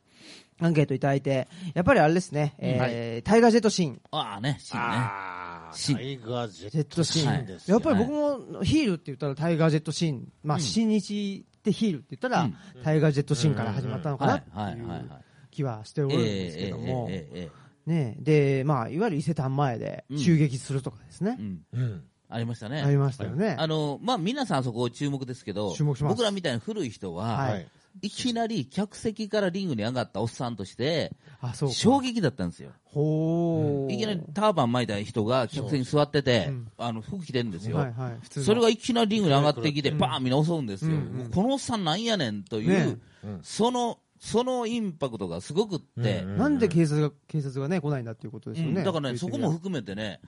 Speaker 2: アンケートいただいて、やっぱりあれですね、えータイガージェットシーン。
Speaker 1: ああね、シーンね。
Speaker 3: ああ、
Speaker 1: シン
Speaker 3: タイガージェ
Speaker 2: ジェッ
Speaker 3: ッ
Speaker 2: ト
Speaker 3: ト
Speaker 2: シ
Speaker 3: シ
Speaker 1: ー
Speaker 3: ー
Speaker 1: ン
Speaker 3: ン
Speaker 1: で
Speaker 3: ですす。
Speaker 2: やっぱり僕もヒールって言ったらタイガージェットシーン、まあ、新日ってヒールって言ったら、タイガージェットシーンから始まったのかなって
Speaker 1: はいはい
Speaker 2: い
Speaker 1: はいはいう
Speaker 2: 気はしておるんですけども、
Speaker 1: えええええええ
Speaker 2: ね、で、まあ、いわゆる伊勢丹前で
Speaker 1: うん
Speaker 2: 襲撃するとかですね
Speaker 1: えう、ん
Speaker 3: うん。
Speaker 1: ありましたね。
Speaker 2: ありましたよね。
Speaker 1: あのまあ、皆さんそこ注目ですけど
Speaker 2: 注目します
Speaker 1: 僕らみたいな古い人は、
Speaker 2: はい
Speaker 3: はい。
Speaker 1: い、きなり客席からリングに上がったおっさんとして
Speaker 2: あ、そうか。
Speaker 1: 衝撃だったんですよ
Speaker 2: ほー
Speaker 1: いきなりターバン巻いた人が客席に座ってて、
Speaker 2: うん
Speaker 1: あの服着てるんですよ、
Speaker 2: はいはい、普通の
Speaker 1: それがいきなりリングに上がってきて、バーンみんな襲うんですよ、
Speaker 2: うん
Speaker 1: もうこのおっさんなんやねんという、
Speaker 2: ね
Speaker 1: そのそのインパクトがすごくって、
Speaker 3: うん
Speaker 2: なんで警察が、警察がね、来ないんだっていうことですよね。
Speaker 1: うんだからね、そこ
Speaker 2: 言ってみれ
Speaker 1: も
Speaker 2: ば
Speaker 1: 含めてね、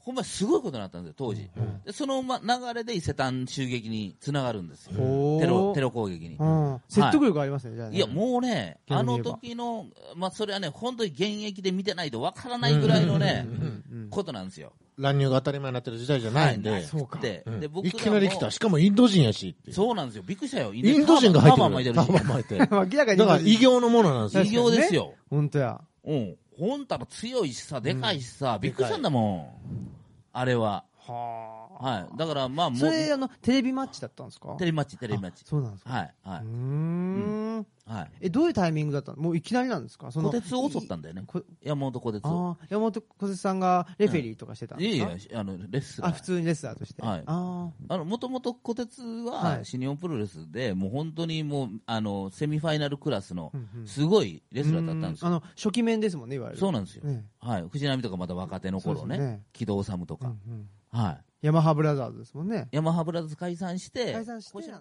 Speaker 1: ほんますごいことになったんですよ、当時、でその、ま、流れで伊勢丹襲撃につながるんですよ、
Speaker 2: ほー
Speaker 1: テロテロ攻撃に。
Speaker 2: うん。説得力ありますね、じゃあね。
Speaker 1: いや、もうね、あ
Speaker 2: 逆
Speaker 1: の
Speaker 2: に言えば
Speaker 1: 時の、まあ、それはね、本当に現役で見てないとわからないぐらいのね、
Speaker 2: うん。
Speaker 1: ことなんですよ。
Speaker 3: 乱入が当たり前になってる時代じゃないんで、
Speaker 1: は
Speaker 2: そうか。
Speaker 1: で
Speaker 3: う、ん
Speaker 1: で僕
Speaker 3: い
Speaker 1: らも
Speaker 3: きなり来た。しかもインド人やしっていう
Speaker 1: そうなんですよ。びっくりしたよ。イ
Speaker 3: インド人が入
Speaker 1: ターバン
Speaker 3: っ
Speaker 1: 巻い
Speaker 3: て
Speaker 1: てる
Speaker 3: る。
Speaker 1: し。
Speaker 3: 巻いてる。だか
Speaker 2: 明らかに。
Speaker 3: ら異形のものなんですよ。
Speaker 1: 異形ですよ。
Speaker 2: 本当や。
Speaker 1: うん。ほんたら強いしさ、でかいしさ、びっくりしたんだもん。あれは。
Speaker 2: は
Speaker 1: はい。だから、まあ、もう、
Speaker 2: それ、
Speaker 1: テ
Speaker 2: あの、テレビマッチだったんですか
Speaker 1: レビマッチ、テレビマッチ。
Speaker 2: そうなんですか。
Speaker 1: はい。は
Speaker 2: うー
Speaker 1: い。
Speaker 2: ん。
Speaker 1: はい。
Speaker 2: え、どういうタイミングだったのもういきなりなんですかそ
Speaker 1: 小
Speaker 2: の。
Speaker 1: 鉄を襲ったんだよね。
Speaker 2: こ
Speaker 1: 山本小鉄を。
Speaker 2: ああ、山本小瀬さんがレフェリーとかしてたん
Speaker 1: い
Speaker 2: ですか
Speaker 1: やいや、あの、レッスン。
Speaker 2: あ、普通にレスラーとして。
Speaker 1: はい
Speaker 2: あ
Speaker 1: あの、もともと小鉄
Speaker 2: は
Speaker 1: はい新日本プロレスで、もう本当にもう、あの、セミファイナルクラスの
Speaker 2: あ。うんうん
Speaker 1: すごいレスラーだったんです
Speaker 2: う
Speaker 1: よ。
Speaker 2: あの、初期面ですもんね、いわゆる。
Speaker 1: そうなんですよ。
Speaker 2: ね。
Speaker 1: はい。藤波とかまだ若手の頃
Speaker 2: そうです
Speaker 1: ね
Speaker 2: ね。
Speaker 1: 木戸治と
Speaker 2: うんう
Speaker 1: か。
Speaker 2: ん
Speaker 1: は
Speaker 2: ヤマハブラザーズですもんね
Speaker 1: い。。ヤマハブラザーズ解散して、
Speaker 2: 解散して
Speaker 1: こうしたの